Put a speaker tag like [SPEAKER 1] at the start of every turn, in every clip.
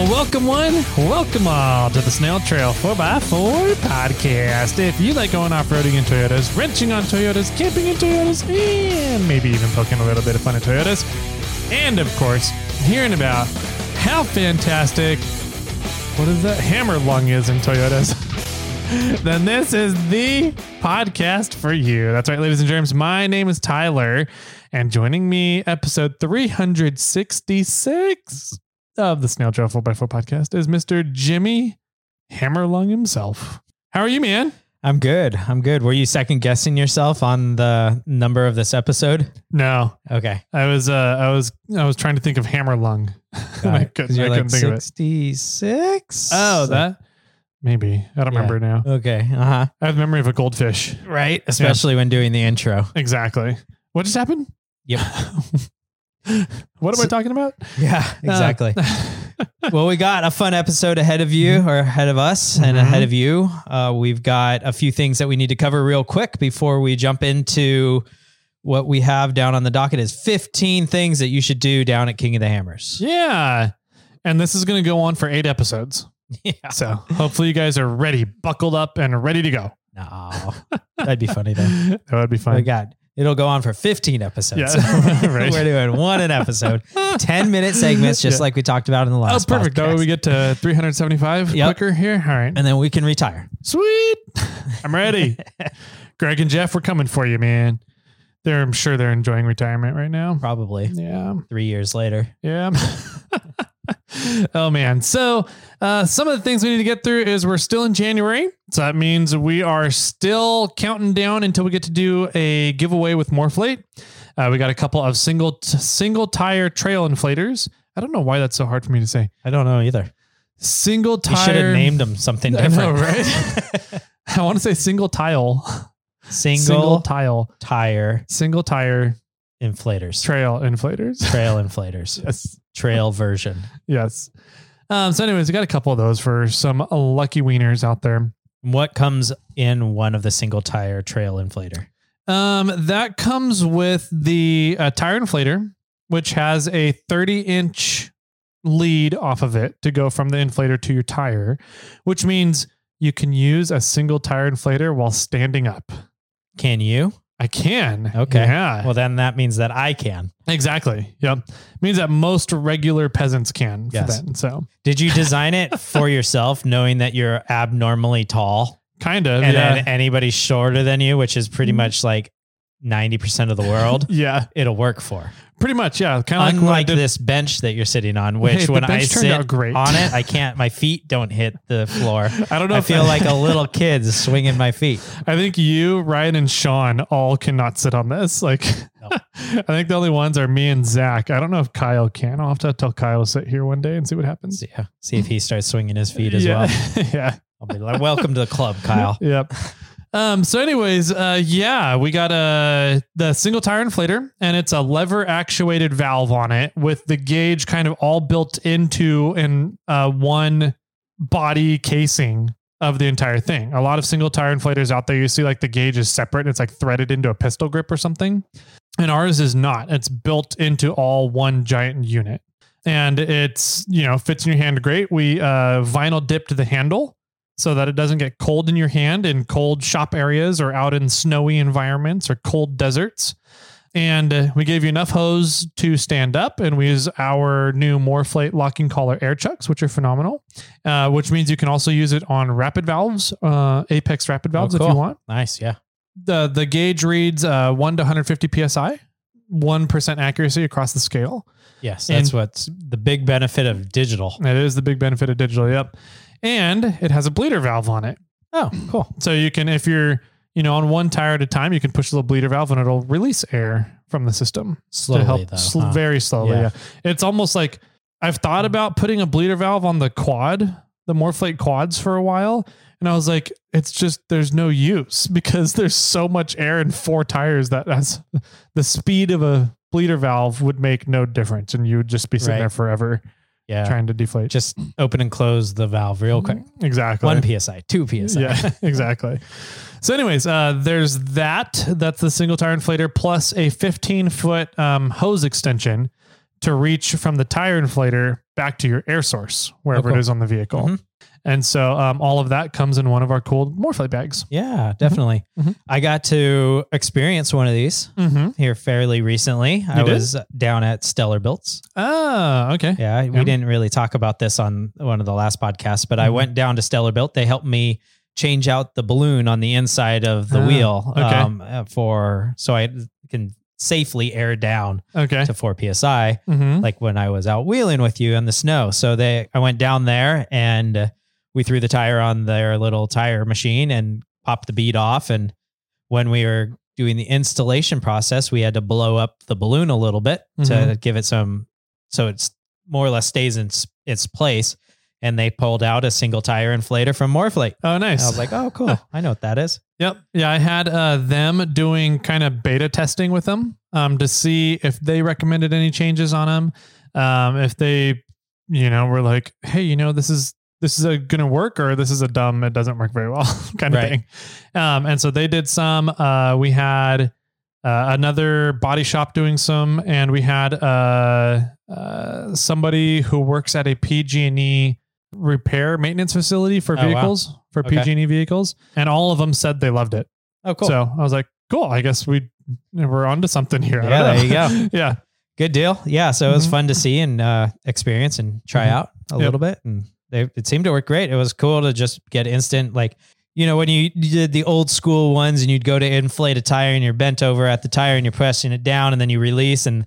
[SPEAKER 1] everyone. Welcome all to the Snail Trail 4x4 podcast. If you like going off roading in Toyotas, wrenching on Toyotas, camping in Toyotas, and maybe even poking a little bit of fun at Toyotas, and of course, hearing about how fantastic what is that hammer lung is in Toyotas. then this is the podcast for you. That's right, ladies and germs. My name is Tyler, and joining me, episode 366 of the Snail Trail 4x4 podcast, is Mr. Jimmy Hammerlung himself. How are you, man?
[SPEAKER 2] I'm good. I'm good. Were you second guessing yourself on the number of this episode?
[SPEAKER 1] No,
[SPEAKER 2] Okay.
[SPEAKER 1] I was, uh, I was, I was trying to think of Hammerlung. I couldn't, I
[SPEAKER 2] you're
[SPEAKER 1] couldn't
[SPEAKER 2] like
[SPEAKER 1] think of it.
[SPEAKER 2] 66.
[SPEAKER 1] Oh, that maybe I don't
[SPEAKER 2] Yeah.
[SPEAKER 1] remember now.
[SPEAKER 2] Okay. Uh huh.
[SPEAKER 1] I have the memory of a goldfish.
[SPEAKER 2] Right. Especially when doing the intro.
[SPEAKER 1] Exactly. What just happened?
[SPEAKER 2] Yep.
[SPEAKER 1] what am I
[SPEAKER 2] So-
[SPEAKER 1] talking about?
[SPEAKER 2] Yeah. Exactly.
[SPEAKER 1] Uh,
[SPEAKER 2] well, we got a fun episode ahead of you, or ahead of us, and
[SPEAKER 1] Mhm.
[SPEAKER 2] ahead of you. Uh, we've got a few things that we need to cover real quick before we jump into what we have down on the docket. Is 15 things that you should do down at King of the Hammers.
[SPEAKER 1] yeah. And this is going to go on for eight episodes.
[SPEAKER 2] Yeah.
[SPEAKER 1] So hopefully you guys are ready, buckled up, and ready to go.
[SPEAKER 2] No, that'd be funny though.
[SPEAKER 1] that would be
[SPEAKER 2] My
[SPEAKER 1] fun.
[SPEAKER 2] God, it'll go on for 15 episodes.
[SPEAKER 1] Yeah, right.
[SPEAKER 2] We're doing one an episode, 10 minute segments, just
[SPEAKER 1] Yeah.
[SPEAKER 2] like we talked about in the
[SPEAKER 1] Oh,
[SPEAKER 2] last.
[SPEAKER 1] perfect. That way
[SPEAKER 2] podcast.
[SPEAKER 1] we get to 375
[SPEAKER 2] Yep.
[SPEAKER 1] quicker here. All right.
[SPEAKER 2] and then we can retire.
[SPEAKER 1] Sweet. I'm ready. Greg and Jeff, we're coming for you, man. They're, I'm sure they're enjoying retirement right now.
[SPEAKER 2] Probably
[SPEAKER 1] Yeah.
[SPEAKER 2] three years later.
[SPEAKER 1] Yeah. oh man. So uh, some of the things we need to get through is we're still in January, so that means we are still counting down until we get to do a giveaway with Morflate. Uh, we got a couple of single single tire trail inflators. I don't know why that's so hard for me to say.
[SPEAKER 2] I don't know either.
[SPEAKER 1] Single
[SPEAKER 2] You should
[SPEAKER 1] tire.
[SPEAKER 2] have named them something
[SPEAKER 1] I know,
[SPEAKER 2] different,
[SPEAKER 1] right? I want to say single tile.
[SPEAKER 2] Single,
[SPEAKER 1] tile.
[SPEAKER 2] tire
[SPEAKER 1] Single tire
[SPEAKER 2] inflators,
[SPEAKER 1] trail inflators.
[SPEAKER 2] trail inflators,
[SPEAKER 1] Yes.
[SPEAKER 2] trail version.
[SPEAKER 1] Yes. Um, so, anyways, we got a couple of those for some lucky wieners out there.
[SPEAKER 2] What comes in one of the single tire trail inflator?
[SPEAKER 1] Um, that comes with the uh, tire inflator, which has a 30 inch lead off of it to go from the inflator to your tire, which means you can use a single tire inflator while standing up.
[SPEAKER 2] Can you?
[SPEAKER 1] I can.
[SPEAKER 2] Okay.
[SPEAKER 1] Yeah.
[SPEAKER 2] Well, then that means that I can.
[SPEAKER 1] exactly. Yep. Means that most regular peasants can. for
[SPEAKER 2] Yes.
[SPEAKER 1] that. So,
[SPEAKER 2] Did you design it for yourself, knowing that you're abnormally tall?
[SPEAKER 1] kind of.
[SPEAKER 2] and
[SPEAKER 1] Oh, yeah.
[SPEAKER 2] then anybody shorter than you, which is pretty much like 90% of the world,
[SPEAKER 1] yeah.
[SPEAKER 2] it'll work for.
[SPEAKER 1] Pretty much. Yeah. Kind of like
[SPEAKER 2] Unlike
[SPEAKER 1] what I did.
[SPEAKER 2] this bench that you're sitting on, which
[SPEAKER 1] Hey, the
[SPEAKER 2] when I
[SPEAKER 1] bench turned
[SPEAKER 2] sit
[SPEAKER 1] out great.
[SPEAKER 2] on it, I can't, my feet don't hit the floor.
[SPEAKER 1] I don't know
[SPEAKER 2] I
[SPEAKER 1] if
[SPEAKER 2] feel like a little kid swinging my feet.
[SPEAKER 1] I think you, Ryan, and Sean all cannot sit on this. Like,
[SPEAKER 2] No.
[SPEAKER 1] I think the only ones are me and Zach. I don't know if Kyle can. I'll have to tell Kyle to sit here one day and see what happens.
[SPEAKER 2] See, uh, see if he starts swinging his feet as
[SPEAKER 1] yeah.
[SPEAKER 2] well.
[SPEAKER 1] yeah.
[SPEAKER 2] I'll be like, welcome to the club, Kyle.
[SPEAKER 1] Yep. Um, so, anyways, uh, yeah, we got uh, the single tire inflator and it's a lever actuated valve on it with the gauge kind of all built into in uh, one body casing of the entire thing. A lot of single tire inflators out there, you see like the gauge is separate and it's like threaded into a pistol grip or something. And ours is not. It's built into all one giant unit. And it's, you know, fits in your hand great. We uh, vinyl dipped the handle so that it doesn't get cold in your hand in cold shop areas or out in snowy environments or cold deserts. And uh, we gave you enough hose to stand up, and we use our new Morflate locking collar air chucks, which are phenomenal. Uh, which means you can also use it on rapid valves, uh, apex rapid valves, if
[SPEAKER 2] cool.
[SPEAKER 1] you want.
[SPEAKER 2] Nice. Yeah.
[SPEAKER 1] the The gauge reads uh, one to 150 psi, one percent accuracy across the scale.
[SPEAKER 2] Yes.
[SPEAKER 1] And-
[SPEAKER 2] That's what's the big benefit of digital.
[SPEAKER 1] That is the big benefit of digital. Yep, and it has a bleeder valve on it. Hmm.
[SPEAKER 2] Oh, cool.
[SPEAKER 1] So you can, if you're, you know, on one tire at a time, you can push the little bleeder valve and it'll release air from the system
[SPEAKER 2] Slowly,
[SPEAKER 1] to help
[SPEAKER 2] though.
[SPEAKER 1] sl-
[SPEAKER 2] huh?
[SPEAKER 1] very slowly.
[SPEAKER 2] Yeah. Hmm.
[SPEAKER 1] Yeah. It's almost like I've thought about putting a bleeder valve on the quad, the Morflate quads for a while. And I was like, it's just, there's no use because there's so much air in four tires that that's the speed of a bleeder valve would make no difference. And you would just be sitting
[SPEAKER 2] Right.
[SPEAKER 1] there forever
[SPEAKER 2] yeah.
[SPEAKER 1] trying to deflate.
[SPEAKER 2] just open and close the valve real
[SPEAKER 1] Mm-hmm.
[SPEAKER 2] quick.
[SPEAKER 1] Exactly.
[SPEAKER 2] One psi, two psi.
[SPEAKER 1] Yeah, exactly. So, anyways, uh, there's that. That's the single tire inflator plus a 15 foot um, hose extension to reach from the tire inflator back to your air source, wherever
[SPEAKER 2] Oh, cool.
[SPEAKER 1] it is on the vehicle.
[SPEAKER 2] Mhm.
[SPEAKER 1] And so um, all of that comes in one of our cool Morphlite bags.
[SPEAKER 2] Yeah, definitely.
[SPEAKER 1] Mhm.
[SPEAKER 2] I got to experience one of these
[SPEAKER 1] Mm-hmm.
[SPEAKER 2] here fairly recently. I
[SPEAKER 1] did?
[SPEAKER 2] was down at Stellar Builds.
[SPEAKER 1] Ah, okay.
[SPEAKER 2] Yeah, we
[SPEAKER 1] Yeah.
[SPEAKER 2] didn't really talk about this on one of the last podcasts, but I
[SPEAKER 1] Mhm.
[SPEAKER 2] went down to Stellar Built. They helped me change out the balloon on the inside of the
[SPEAKER 1] Ah,
[SPEAKER 2] wheel
[SPEAKER 1] okay.
[SPEAKER 2] um, uh, for so I can safely air down
[SPEAKER 1] Okay.
[SPEAKER 2] to 4 psi
[SPEAKER 1] Mm-hmm.
[SPEAKER 2] like when I was out wheeling with you in the snow. So they, I went down there and uh, we threw the tire on their little tire machine and popped the bead off. And when we were doing the installation process, we had to blow up the balloon a little bit to
[SPEAKER 1] Mhm.
[SPEAKER 2] give it some, so it's more or less stays in s- its place. And they pulled out a single tire inflator from Morflate.
[SPEAKER 1] Oh,
[SPEAKER 2] I
[SPEAKER 1] nice.
[SPEAKER 2] was like, oh, cool. I know what that is.
[SPEAKER 1] Yep. Yeah, I had uh, them doing kind of beta testing with them um, to see if they recommended any changes on them. Um, if they, you know, were like, "Hey, you know, this is this is a gonna work or this is a dumb, it doesn't work very well," kind of
[SPEAKER 2] Right.
[SPEAKER 1] thing. Um, and so they did some. Uh, we had uh, another body shop doing some, and we had uh, uh, somebody who works at a PG&E E repair maintenance facility for
[SPEAKER 2] Oh, wow.
[SPEAKER 1] vehicles for
[SPEAKER 2] Okay.
[SPEAKER 1] PG&E vehicles, and all of them said they loved it.
[SPEAKER 2] Oh, cool.
[SPEAKER 1] So I was like, cool. I guess we we're onto something here. I
[SPEAKER 2] Yeah,
[SPEAKER 1] don't know.
[SPEAKER 2] there
[SPEAKER 1] yeah,
[SPEAKER 2] Good deal. Yeah. So it was
[SPEAKER 1] Mhm.
[SPEAKER 2] fun to see and uh, experience and try
[SPEAKER 1] Mhm.
[SPEAKER 2] out a
[SPEAKER 1] Yep.
[SPEAKER 2] little bit. And they, it seemed to work great. It was cool to just get instant, like, you know, when you you did the old school ones and you'd go to inflate a tire and you're bent over at the tire and you're pressing it down and then you release and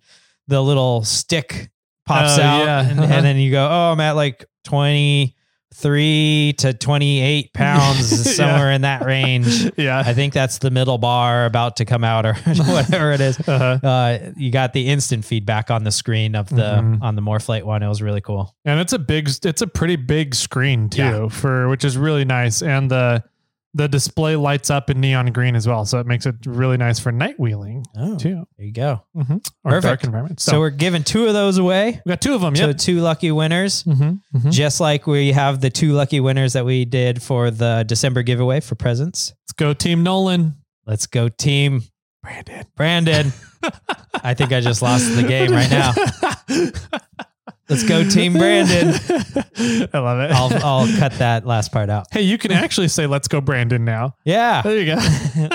[SPEAKER 2] the little stick pops
[SPEAKER 1] Oh,
[SPEAKER 2] out.
[SPEAKER 1] yeah.
[SPEAKER 2] And,
[SPEAKER 1] Uh-huh.
[SPEAKER 2] and then you go, oh, I'm at like 23 to 28
[SPEAKER 1] Yeah.
[SPEAKER 2] pounds, somewhere in that range.
[SPEAKER 1] yeah.
[SPEAKER 2] I think that's the middle bar about to come out or whatever it is
[SPEAKER 1] Uh-huh.
[SPEAKER 2] uh, you got the instant feedback on the screen of the
[SPEAKER 1] Mhm.
[SPEAKER 2] on the Morflate one. It was really cool.
[SPEAKER 1] And it's a big, it's a pretty big screen too,
[SPEAKER 2] Yeah.
[SPEAKER 1] for which is really nice. And the the display lights up in neon green as well, so it makes it really nice for night wheeling
[SPEAKER 2] Oh, there
[SPEAKER 1] too,
[SPEAKER 2] you go.
[SPEAKER 1] Mhm. or
[SPEAKER 2] Perfect.
[SPEAKER 1] dark environments.
[SPEAKER 2] So,
[SPEAKER 1] So,
[SPEAKER 2] we're giving two of those away
[SPEAKER 1] we got two of them.
[SPEAKER 2] to
[SPEAKER 1] Yep.
[SPEAKER 2] two lucky winners,
[SPEAKER 1] Mm-hmm. hmm Let's
[SPEAKER 2] just like we have the two lucky winners that we did for the December giveaway for presents.
[SPEAKER 1] go, Team Nolan.
[SPEAKER 2] Let's go, team
[SPEAKER 1] Brandon.
[SPEAKER 2] Brandon. I think I just lost the game right now. Let's go, Team Brandon.
[SPEAKER 1] I love it.
[SPEAKER 2] I'll I'll cut that last part out.
[SPEAKER 1] hey, you can actually say "Let's go, Brandon" now.
[SPEAKER 2] Yeah,
[SPEAKER 1] There you go.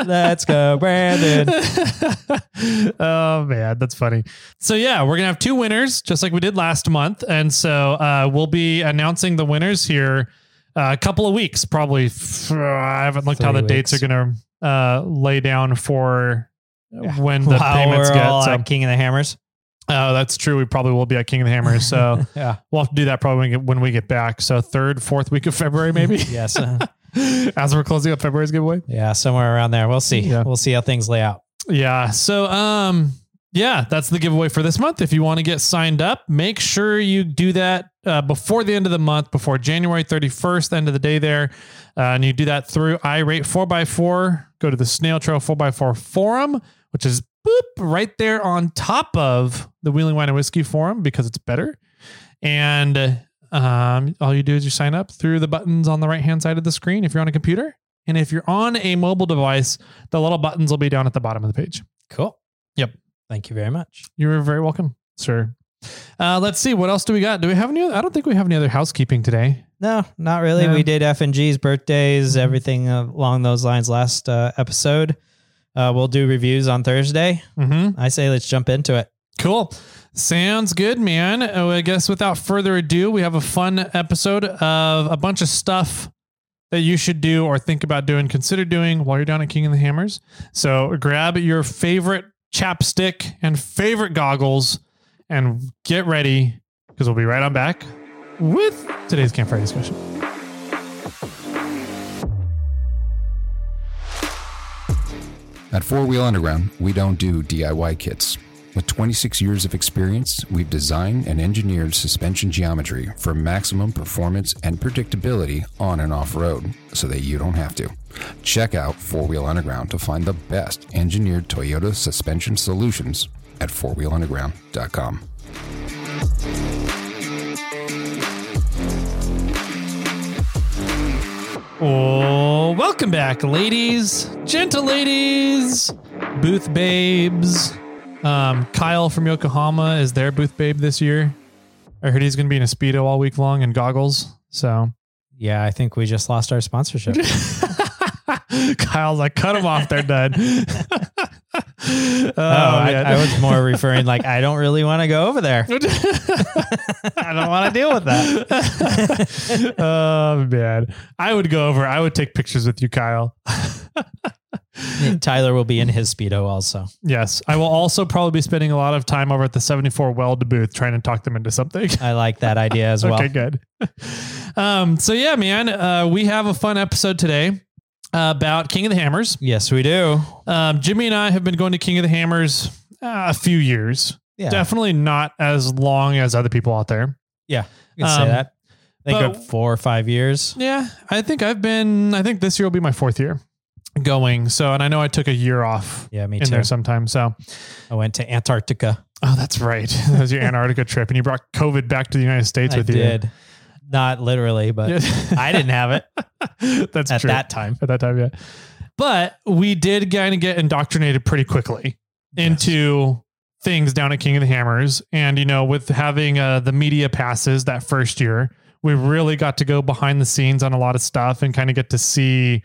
[SPEAKER 2] let's go, Brandon.
[SPEAKER 1] oh man, that's funny. So yeah, we're gonna have two winners, just like we did last month, and so uh, we'll be announcing the winners here uh, a couple of weeks, probably. F- I haven't looked how the
[SPEAKER 2] Three
[SPEAKER 1] dates are
[SPEAKER 2] weeks.
[SPEAKER 1] gonna uh, lay down for
[SPEAKER 2] Yeah.
[SPEAKER 1] when the
[SPEAKER 2] Wow,
[SPEAKER 1] payments
[SPEAKER 2] we're
[SPEAKER 1] get.
[SPEAKER 2] all
[SPEAKER 1] So,
[SPEAKER 2] at King of the Hammers.
[SPEAKER 1] oh, that's true. We probably will be at King of the Hammers, so
[SPEAKER 2] Yeah,
[SPEAKER 1] we'll have to do that probably when we get, when we get back. So third, fourth week of February, maybe.
[SPEAKER 2] yes. uh,
[SPEAKER 1] As we're closing up February's giveaway.
[SPEAKER 2] Yeah, somewhere around there. We'll see.
[SPEAKER 1] Yeah.
[SPEAKER 2] We'll see how things lay out.
[SPEAKER 1] Yeah. So, um, yeah, that's the giveaway for this month. If you want to get signed up, make sure you do that uh, before the end of the month, before January 31st, the end of the day there. Uh, and you do that through iRate 4x4. Go to the Snail Trail 4x4 forum, which is boop right there on top of the Wheeling Wine and Whiskey forum because it's better. And um, all you do is you sign up through the buttons on the right hand side of the screen if you're on a computer. And if you're on a mobile device, the little buttons will be down at the bottom of the page.
[SPEAKER 2] Cool.
[SPEAKER 1] Yep.
[SPEAKER 2] Thank you very much.
[SPEAKER 1] You're very welcome, sir. Uh, let's see. What else do we got? Do we have any? I don't think we have any other housekeeping today.
[SPEAKER 2] No, Mm-hmm. not really.
[SPEAKER 1] No.
[SPEAKER 2] We did F and G's birthdays, everything along those lines last uh, episode. Uh, we'll do reviews on Thursday.
[SPEAKER 1] Mm-hmm.
[SPEAKER 2] I say let's jump into it.
[SPEAKER 1] Cool. Sounds good, man. Uh, I guess without further ado, we have a fun episode of a bunch of stuff that you should do or think about doing, consider doing while you're down at King of the Hammers. So grab your favorite chapstick and favorite goggles and get ready because we'll be right on back with today's campfire discussion.
[SPEAKER 3] At Four Wheel Underground, we don't do DIY kits. With 26 years of experience, we've designed and engineered suspension geometry for maximum performance and predictability on and off road so that you don't have to. Check out Four Wheel Underground to find the best engineered Toyota suspension solutions at fourwheelunderground.com.
[SPEAKER 1] Oh, welcome back, ladies, gentle ladies, booth babes, Um, Kyle from Yokohama is their booth babe this year. I heard he's going to be in a speedo all week long and goggles. So
[SPEAKER 2] Yeah, I think we just lost our sponsorship.
[SPEAKER 1] Kyle's like, cut him off. They're done. oh,
[SPEAKER 2] oh, I, I was more referring like I don't really want to go over there. I don't want to deal with that.
[SPEAKER 1] that. oh man, I would go over. I would take pictures with you, Kyle.
[SPEAKER 2] Tyler will be in his speedo also.
[SPEAKER 1] Yes, I will also probably be spending a lot of time over at the 74 Weld booth trying to talk them into something.
[SPEAKER 2] I like that idea as well.
[SPEAKER 1] Okay, good. um, so yeah, man, uh, we have a fun episode today uh, about King of the Hammers.
[SPEAKER 2] Yes, we do.
[SPEAKER 1] Um, Jimmy and I have been going to King of the Hammers uh, a few years.
[SPEAKER 2] Yeah,
[SPEAKER 1] Definitely not as long as other people out there.
[SPEAKER 2] you can say
[SPEAKER 1] um,
[SPEAKER 2] that. I think
[SPEAKER 1] but-
[SPEAKER 2] about four or five years.
[SPEAKER 1] Yeah, I think I've been. I think this year will be my fourth year going. So, and I know I took a year off
[SPEAKER 2] Yeah, me
[SPEAKER 1] in
[SPEAKER 2] too.
[SPEAKER 1] there sometime. So,
[SPEAKER 2] I went to Antarctica.
[SPEAKER 1] oh, that's right. That was your Antarctica trip, and you brought COVID back to the United States
[SPEAKER 2] I
[SPEAKER 1] with you.
[SPEAKER 2] did. Not literally, but I didn't have it
[SPEAKER 1] didn't. that's
[SPEAKER 2] at
[SPEAKER 1] true.
[SPEAKER 2] that time.
[SPEAKER 1] at that time, yeah. But we did kind of get indoctrinated pretty quickly into things down at King of the Hammers, and you know, with having uh, the media passes that first year, we really got to go behind the scenes on a lot of stuff and kind of get to see,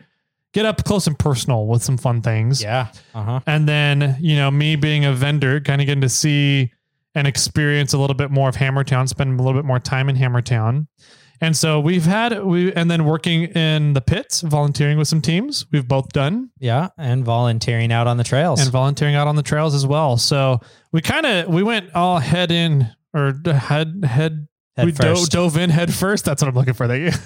[SPEAKER 1] get up close and personal with some fun things.
[SPEAKER 2] Yeah. Uh huh.
[SPEAKER 1] And then, you know, me being a vendor, kind of getting to see and experience a little bit more of Hammertown, spend a little bit more time in Hammertown. And so we've had we and then working in the pits, volunteering with some teams. We've both done
[SPEAKER 2] Yeah, and volunteering out on the trails.
[SPEAKER 1] and volunteering out on the trails as well. So we kind of we went all head in or d- head head,
[SPEAKER 2] Head
[SPEAKER 1] we do-
[SPEAKER 2] first.
[SPEAKER 1] dove in head first. That's what I'm looking for. Thank you.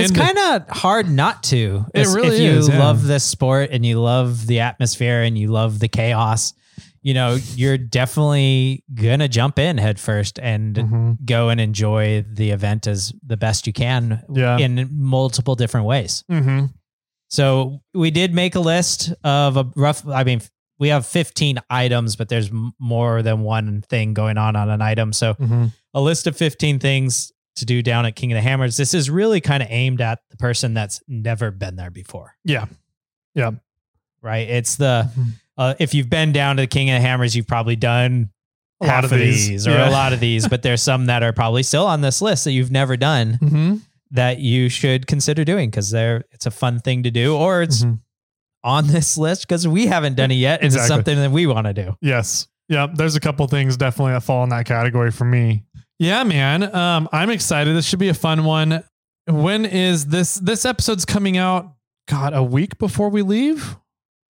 [SPEAKER 2] it's kind of hard not to.
[SPEAKER 1] It
[SPEAKER 2] It's-
[SPEAKER 1] really
[SPEAKER 2] if you
[SPEAKER 1] is, yeah.
[SPEAKER 2] love this sport and you love the atmosphere and you love the chaos, you know, you're definitely gonna jump in head first and
[SPEAKER 1] Mm-hmm.
[SPEAKER 2] go and enjoy the event as the best you can
[SPEAKER 1] yeah.
[SPEAKER 2] in multiple different ways.
[SPEAKER 1] Mhm.
[SPEAKER 2] So we did make a list of a rough. I mean, we have 15 items, but there's m- more than one thing going on on an item. So
[SPEAKER 1] Mhm.
[SPEAKER 2] a list of 15 things to do down at King of the Hammers. This is really kind of aimed at the person that's never been there before.
[SPEAKER 1] Yeah. Yeah.
[SPEAKER 2] Right. It's the
[SPEAKER 1] Mm-hmm.
[SPEAKER 2] uh, if you've been down to the King of the Hammers, you've probably done
[SPEAKER 1] A lot
[SPEAKER 2] half
[SPEAKER 1] of
[SPEAKER 2] of
[SPEAKER 1] these.
[SPEAKER 2] these, or
[SPEAKER 1] Yeah.
[SPEAKER 2] a lot of these, but there's some that are probably still on this list that you've never done
[SPEAKER 1] Mhm.
[SPEAKER 2] that you should consider doing because they're it's a fun thing to do or it's
[SPEAKER 1] Mhm.
[SPEAKER 2] on this list because we haven't done it yet. And
[SPEAKER 1] Exactly.
[SPEAKER 2] It's something that we want to do.
[SPEAKER 1] Yes. Yeah. There's a couple things definitely that fall in that category for me. Yeah, man. Um, I'm excited. This should be a fun one. When is this? This episode's coming out. God, a week before we leave,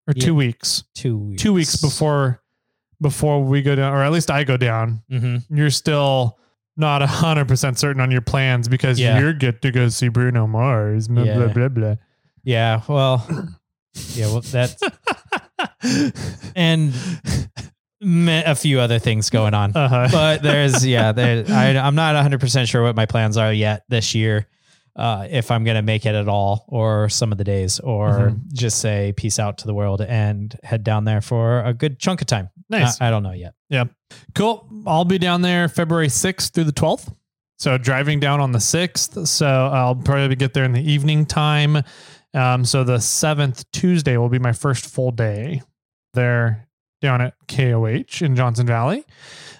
[SPEAKER 1] or
[SPEAKER 2] Yeah.
[SPEAKER 1] two weeks.
[SPEAKER 2] Two weeks.
[SPEAKER 1] Two weeks before before we go down, or at least I go down.
[SPEAKER 2] hmm
[SPEAKER 1] You're still not hundred percent certain on your plans because
[SPEAKER 2] Yeah.
[SPEAKER 1] you're get to go see Bruno Mars. Blah
[SPEAKER 2] Yeah.
[SPEAKER 1] blah blah blah.
[SPEAKER 2] Yeah. Well, yeah. Well, that's and meh, a few other things going on.
[SPEAKER 1] Uh-huh.
[SPEAKER 2] But there's, yeah, there, I, I'm not 100% sure what my plans are yet this year. Uh, if I'm going to make it at all or some of the days or
[SPEAKER 1] Mm-hmm.
[SPEAKER 2] just say peace out to the world and head down there for a good chunk of time.
[SPEAKER 1] nice.
[SPEAKER 2] I, I don't know yet.
[SPEAKER 1] Cool. I'll be down there February 6th through the 12th. So driving down on the 6th. So I'll probably get there in the evening time. Um, so the 7th Tuesday will be my first full day there down at KOH in Johnson Valley.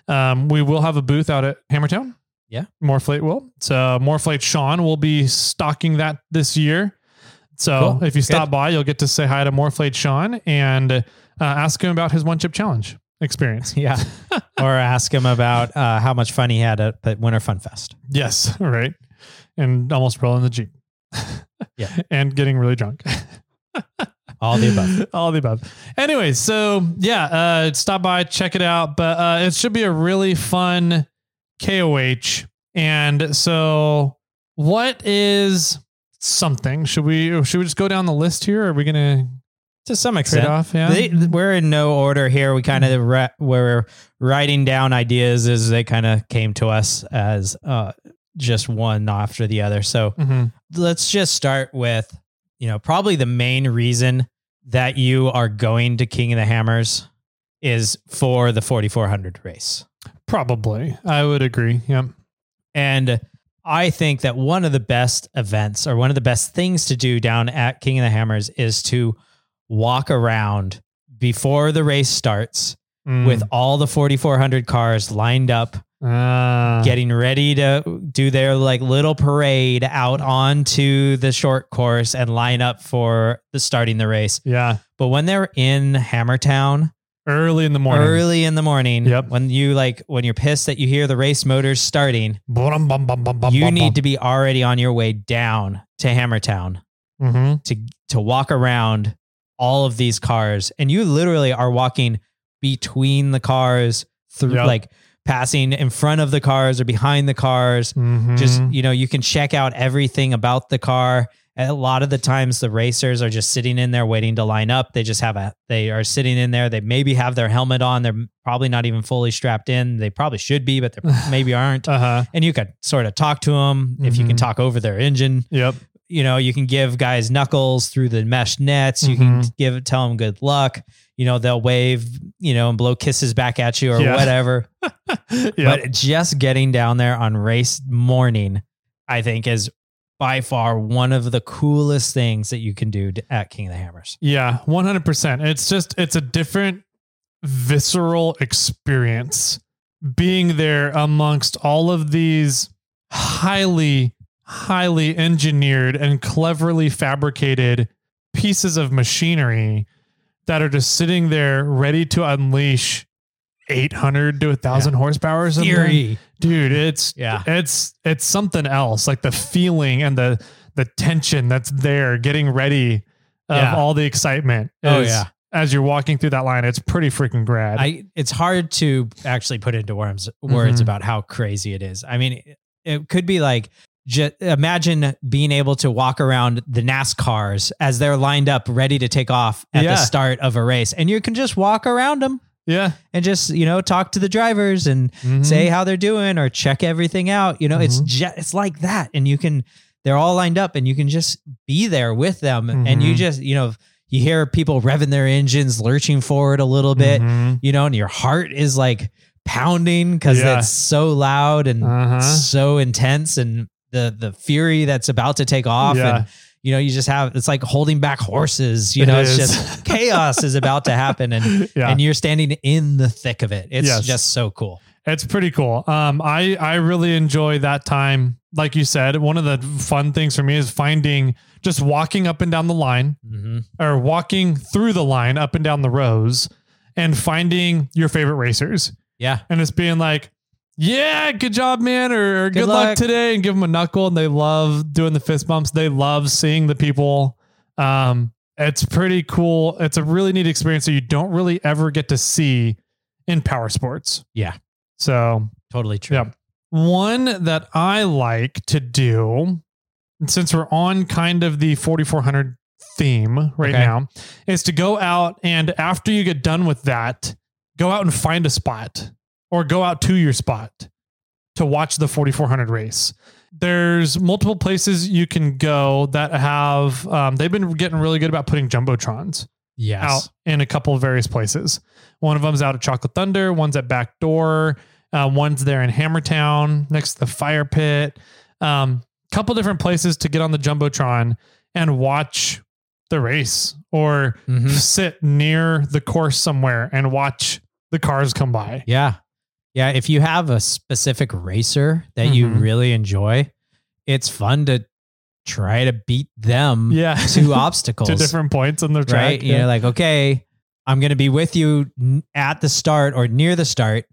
[SPEAKER 1] Um, we will have a booth out at Hammertown.
[SPEAKER 2] Yeah.
[SPEAKER 1] Morflate will. So Morflate Sean will be stocking that this year. So
[SPEAKER 2] Cool.
[SPEAKER 1] if you stop
[SPEAKER 2] Good.
[SPEAKER 1] by, you'll get to say hi to Morflate Sean and uh, ask him about his one chip challenge experience.
[SPEAKER 2] Yeah. or ask him about uh, how much fun he had at, at Winter Fun Fest.
[SPEAKER 1] Yes, right. And almost rolling the Jeep.
[SPEAKER 2] Yeah.
[SPEAKER 1] And getting really drunk.
[SPEAKER 2] All the above.
[SPEAKER 1] All the above. Anyway, so yeah, uh stop by, check it out. But uh it should be a really fun KOH. And so what is something? Should we should we just go down the list here? Are we gonna
[SPEAKER 2] To some
[SPEAKER 1] trade
[SPEAKER 2] extent. Mm-hmm.
[SPEAKER 1] off? Yeah.
[SPEAKER 2] They, we're in no order here. We kind of ra- we're writing down ideas as they kind of came to us as uh, just one after the other. So
[SPEAKER 1] hmm
[SPEAKER 2] let's just start with, you know, probably the main reason that you are going to King of the Hammers is for the 4400 race.
[SPEAKER 1] Probably. I would agree. Yeah.
[SPEAKER 2] And I think that one of the best events or one of the best things to do down at King of the Hammers is to walk around before the race starts
[SPEAKER 1] Mm.
[SPEAKER 2] with all the 4400 cars lined up
[SPEAKER 1] Ah.
[SPEAKER 2] getting ready to do their like little parade out onto the short course and line up for the starting the race.
[SPEAKER 1] yeah
[SPEAKER 2] But when they're in Hammertown
[SPEAKER 1] early in the morning.
[SPEAKER 2] early in the morning,
[SPEAKER 1] Yep.
[SPEAKER 2] when you like when you're pissed that you hear the race motors starting,
[SPEAKER 1] Bum, bum, bum, bum, bum,
[SPEAKER 2] you
[SPEAKER 1] bum,
[SPEAKER 2] need to be already on your way down to Hammertown
[SPEAKER 1] bum. Mhm.
[SPEAKER 2] to to walk around all of these cars and you literally are walking between the cars through
[SPEAKER 1] Yep.
[SPEAKER 2] like passing in front of the cars or behind the cars
[SPEAKER 1] Mhm.
[SPEAKER 2] just you know you can check out everything about the car And a lot of the times the racers are just sitting in there waiting to line up they just have a they are sitting in there they maybe have their helmet on they're probably not even fully strapped in they probably should be but they maybe aren't
[SPEAKER 1] uh-huh.
[SPEAKER 2] and you can sort of talk to them if you can
[SPEAKER 1] Mhm.
[SPEAKER 2] talk over their engine
[SPEAKER 1] Yep.
[SPEAKER 2] you know you can give guys knuckles through the mesh nets you can give tell them good luck you know they'll wave you know and blow kisses back at you or
[SPEAKER 1] Yeah.
[SPEAKER 2] whatever
[SPEAKER 1] Yep.
[SPEAKER 2] but just getting down there on race morning, I think is by far one of the coolest things that you can do to- at King of the Hammers.
[SPEAKER 1] Yeah, 100%. It's just, it's a different visceral experience being there amongst all of these highly, highly engineered and cleverly fabricated pieces of machinery that are just sitting there ready to unleash 800 to 1,000 horsepower or something.
[SPEAKER 2] Fury.
[SPEAKER 1] Dude, it's
[SPEAKER 2] Yeah.
[SPEAKER 1] it's it's something else like the feeling and the the tension that's there getting ready of
[SPEAKER 2] Yeah.
[SPEAKER 1] all the excitement
[SPEAKER 2] Oh,
[SPEAKER 1] is-
[SPEAKER 2] yeah.
[SPEAKER 1] as you're walking through that line it's pretty freaking rad
[SPEAKER 2] I it's hard to actually put into words words
[SPEAKER 1] Mhm.
[SPEAKER 2] about how crazy it is. I mean, it, it could be like just imagine being able to walk around the NASCARs as they're lined up ready to take off at
[SPEAKER 1] Yeah.
[SPEAKER 2] the start of a race and you can just walk around them
[SPEAKER 1] yeah
[SPEAKER 2] and just, you know, talk to the drivers and
[SPEAKER 1] Mhm.
[SPEAKER 2] say how they're doing or check everything out. You know, it's
[SPEAKER 1] Mhm.
[SPEAKER 2] just, it's like that. And you can, they're all lined up and you can just be there with them. And you
[SPEAKER 1] Mhm.
[SPEAKER 2] just, you know, you hear people revving their engines, lurching forward a little bit,
[SPEAKER 1] Mhm.
[SPEAKER 2] you know, and your heart is like pounding because
[SPEAKER 1] Yeah.
[SPEAKER 2] it's so loud and
[SPEAKER 1] uh-huh
[SPEAKER 2] so intense and the, the fury that's about to take off.
[SPEAKER 1] Yeah.
[SPEAKER 2] And, you know, you just have, it's like holding back horses, you know,
[SPEAKER 1] It
[SPEAKER 2] it's
[SPEAKER 1] is.
[SPEAKER 2] just chaos is about to happen. And,
[SPEAKER 1] yeah
[SPEAKER 2] and you're standing in the thick of it. It's
[SPEAKER 1] Yes.
[SPEAKER 2] just so cool.
[SPEAKER 1] It's pretty cool. Um, I I really enjoy that time. Like you said, one of the fun things for me is finding just walking up and down the line
[SPEAKER 2] Mm-hmm.
[SPEAKER 1] or walking through the line up and down the rows and finding your favorite racers
[SPEAKER 2] Yeah.
[SPEAKER 1] and it's being like, "Yeah, good job, man," or, or good,
[SPEAKER 2] Good
[SPEAKER 1] luck.
[SPEAKER 2] luck.
[SPEAKER 1] today, and give them a knuckle. And they love doing the fist bumps. They love seeing the people. Um, it's pretty cool. It's a really neat experience that you don't really ever get to see in power sports.
[SPEAKER 2] Yeah.
[SPEAKER 1] So
[SPEAKER 2] Totally true.
[SPEAKER 1] Yep. one that I like to do, and since we're on kind of the 4400 theme right
[SPEAKER 2] Okay.
[SPEAKER 1] now, is to go out and after you get done with that, go out and find a spot or go out to your spot to watch the 4400 race. There's multiple places you can go that have, um, they've been getting really good about putting Jumbotrons
[SPEAKER 2] Yes.
[SPEAKER 1] out in a couple of various places. One of them's out at Chocolate Thunder, one's at Back Door, uh, one's there in Hammertown next to the fire pit. Um, couple different places to get on the Jumbotron and watch the race or
[SPEAKER 2] Mhm.
[SPEAKER 1] sit near the course somewhere and watch the cars come by.
[SPEAKER 2] Yeah. Yeah. If you have a specific racer that you
[SPEAKER 1] Mhm.
[SPEAKER 2] really enjoy, it's fun to try to beat them
[SPEAKER 1] Yeah.
[SPEAKER 2] to Hmm. obstacles.
[SPEAKER 1] to different points on the track.
[SPEAKER 2] right?
[SPEAKER 1] Yeah.
[SPEAKER 2] You're like, okay, I'm going to be with you n- at the start or near the start,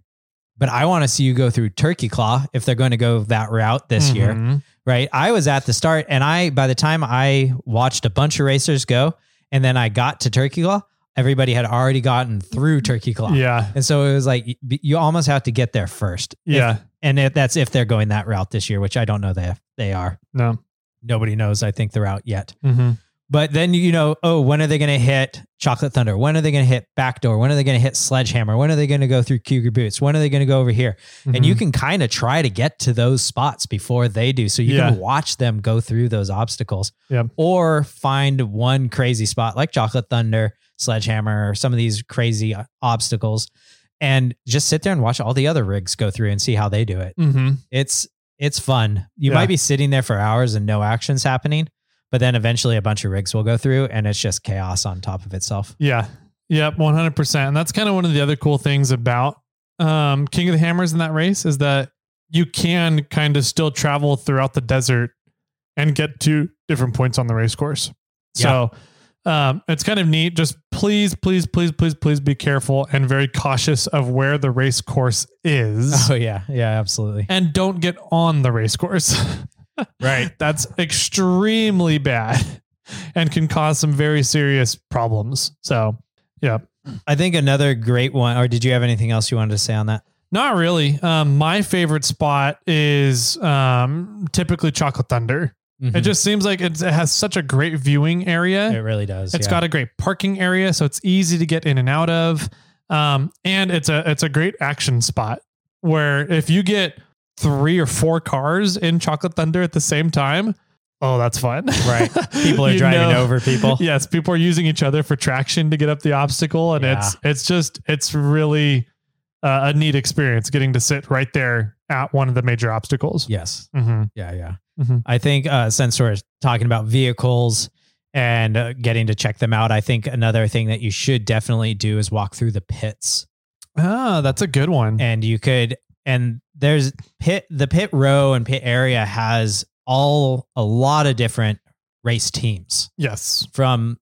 [SPEAKER 2] but I want to see you go through Turkey Claw if they're going to go that route this year.
[SPEAKER 1] Mhm.
[SPEAKER 2] right? I was at the start, and I by the time I watched a bunch of racers go, and then I got to Turkey Claw, everybody had already gotten through Turkey Claw,
[SPEAKER 1] Yeah.
[SPEAKER 2] and so it was like y- you almost have to get there first, If-
[SPEAKER 1] Yeah.
[SPEAKER 2] and if, that's if they're going that route this year, which I don't know they they are.
[SPEAKER 1] no.
[SPEAKER 2] Nobody knows, I think, the route yet.
[SPEAKER 1] Mhm.
[SPEAKER 2] But then you know, oh, when are they going to hit Chocolate Thunder? When are they going to hit Backdoor? When are they going to hit Sledgehammer? When are they going to go through Cougar Boots? When are they going to go over here? and you
[SPEAKER 1] Mhm.
[SPEAKER 2] can kind of try to get to those spots before they do so you
[SPEAKER 1] Yeah.
[SPEAKER 2] can watch them go through those obstacles
[SPEAKER 1] Yep.
[SPEAKER 2] or find one crazy spot like chocolate thunder sledgehammer or some of these crazy uh, obstacles and just sit there and watch all the other rigs go through and see how they do it
[SPEAKER 1] Mhm.
[SPEAKER 2] it's it's fun you
[SPEAKER 1] Yeah.
[SPEAKER 2] might be sitting there for hours and no actions happening but then eventually a bunch of rigs will go through and it's just chaos on top of itself
[SPEAKER 1] Yeah. Yep, 100%. And that's kind of one of the other cool things about um, King of the Hammers in that race is that you can kind of still travel throughout the desert and get to different points on the race course. So um, it's kind of neat. Just please, please, please, please, please be careful and very cautious of where the race course is
[SPEAKER 2] Oh yeah, yeah, absolutely.
[SPEAKER 1] and don't get on the race course.
[SPEAKER 2] Right.
[SPEAKER 1] That's extremely bad and can cause some very serious problems. So, yeah.
[SPEAKER 2] I think another great one. Or did you have anything else you wanted to say on that?
[SPEAKER 1] Not really. Um, my favorite spot is um, typically Chocolate Thunder. It
[SPEAKER 2] Mhm.
[SPEAKER 1] just seems like it's, it has such a great viewing area.
[SPEAKER 2] it really does.
[SPEAKER 1] It's
[SPEAKER 2] yeah.
[SPEAKER 1] got a great parking area, so it's easy to get in and out of. Um, and it's a it's a great action spot where if you get three or four cars in Chocolate Thunder at the same time, oh, that's fun.
[SPEAKER 2] right. People are
[SPEAKER 1] You
[SPEAKER 2] driving
[SPEAKER 1] know.
[SPEAKER 2] over people.
[SPEAKER 1] yes, people are using each other for traction to get up the obstacle, and it's it's just it's really uh, a neat experience getting to sit right there at one of the major obstacles.
[SPEAKER 2] Yes.
[SPEAKER 1] Mm-hmm.
[SPEAKER 2] Yeah, yeah.
[SPEAKER 1] Mhm.
[SPEAKER 2] I think uh, since we're talking about vehicles and uh, getting to check them out, I think another thing that you should definitely do is walk through the pits.
[SPEAKER 1] Ah, that's a good one.
[SPEAKER 2] And you could, and there's pit, the pit row and pit area has all a lot of different race teams
[SPEAKER 1] yes,
[SPEAKER 2] from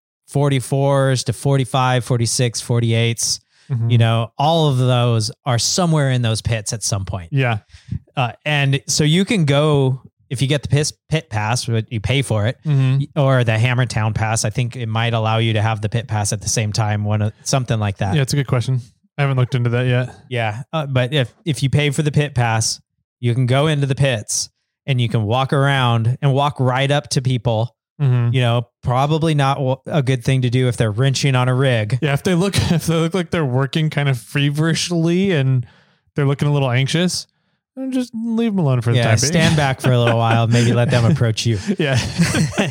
[SPEAKER 2] 44s to 45, 46, 48s.
[SPEAKER 1] Mhm.
[SPEAKER 2] You know, all of those are somewhere in those pits at some point.
[SPEAKER 1] yeah,
[SPEAKER 2] Uh, and so you can go if you get the pit, pit pass, but you pay for it,
[SPEAKER 1] Mhm.
[SPEAKER 2] or the Hammertown pass. I think it might allow you to have the pit pass at the same time, one of- something like that.
[SPEAKER 1] yeah. It's a good question. I haven't looked into that yet.
[SPEAKER 2] Yeah. Uh, but if if you pay for the pit pass, you can go into the pits and you can walk around and walk right up to people.
[SPEAKER 1] Mm-hmm.
[SPEAKER 2] You know, probably not wa- a good thing to do if they're wrenching on a rig.
[SPEAKER 1] Yeah, if they look if they look like they're working kind of feverishly and they're looking a little anxious, then just leave them alone for the
[SPEAKER 2] yeah,
[SPEAKER 1] time
[SPEAKER 2] stand back for a little while, maybe let them approach you.
[SPEAKER 1] being. yeah.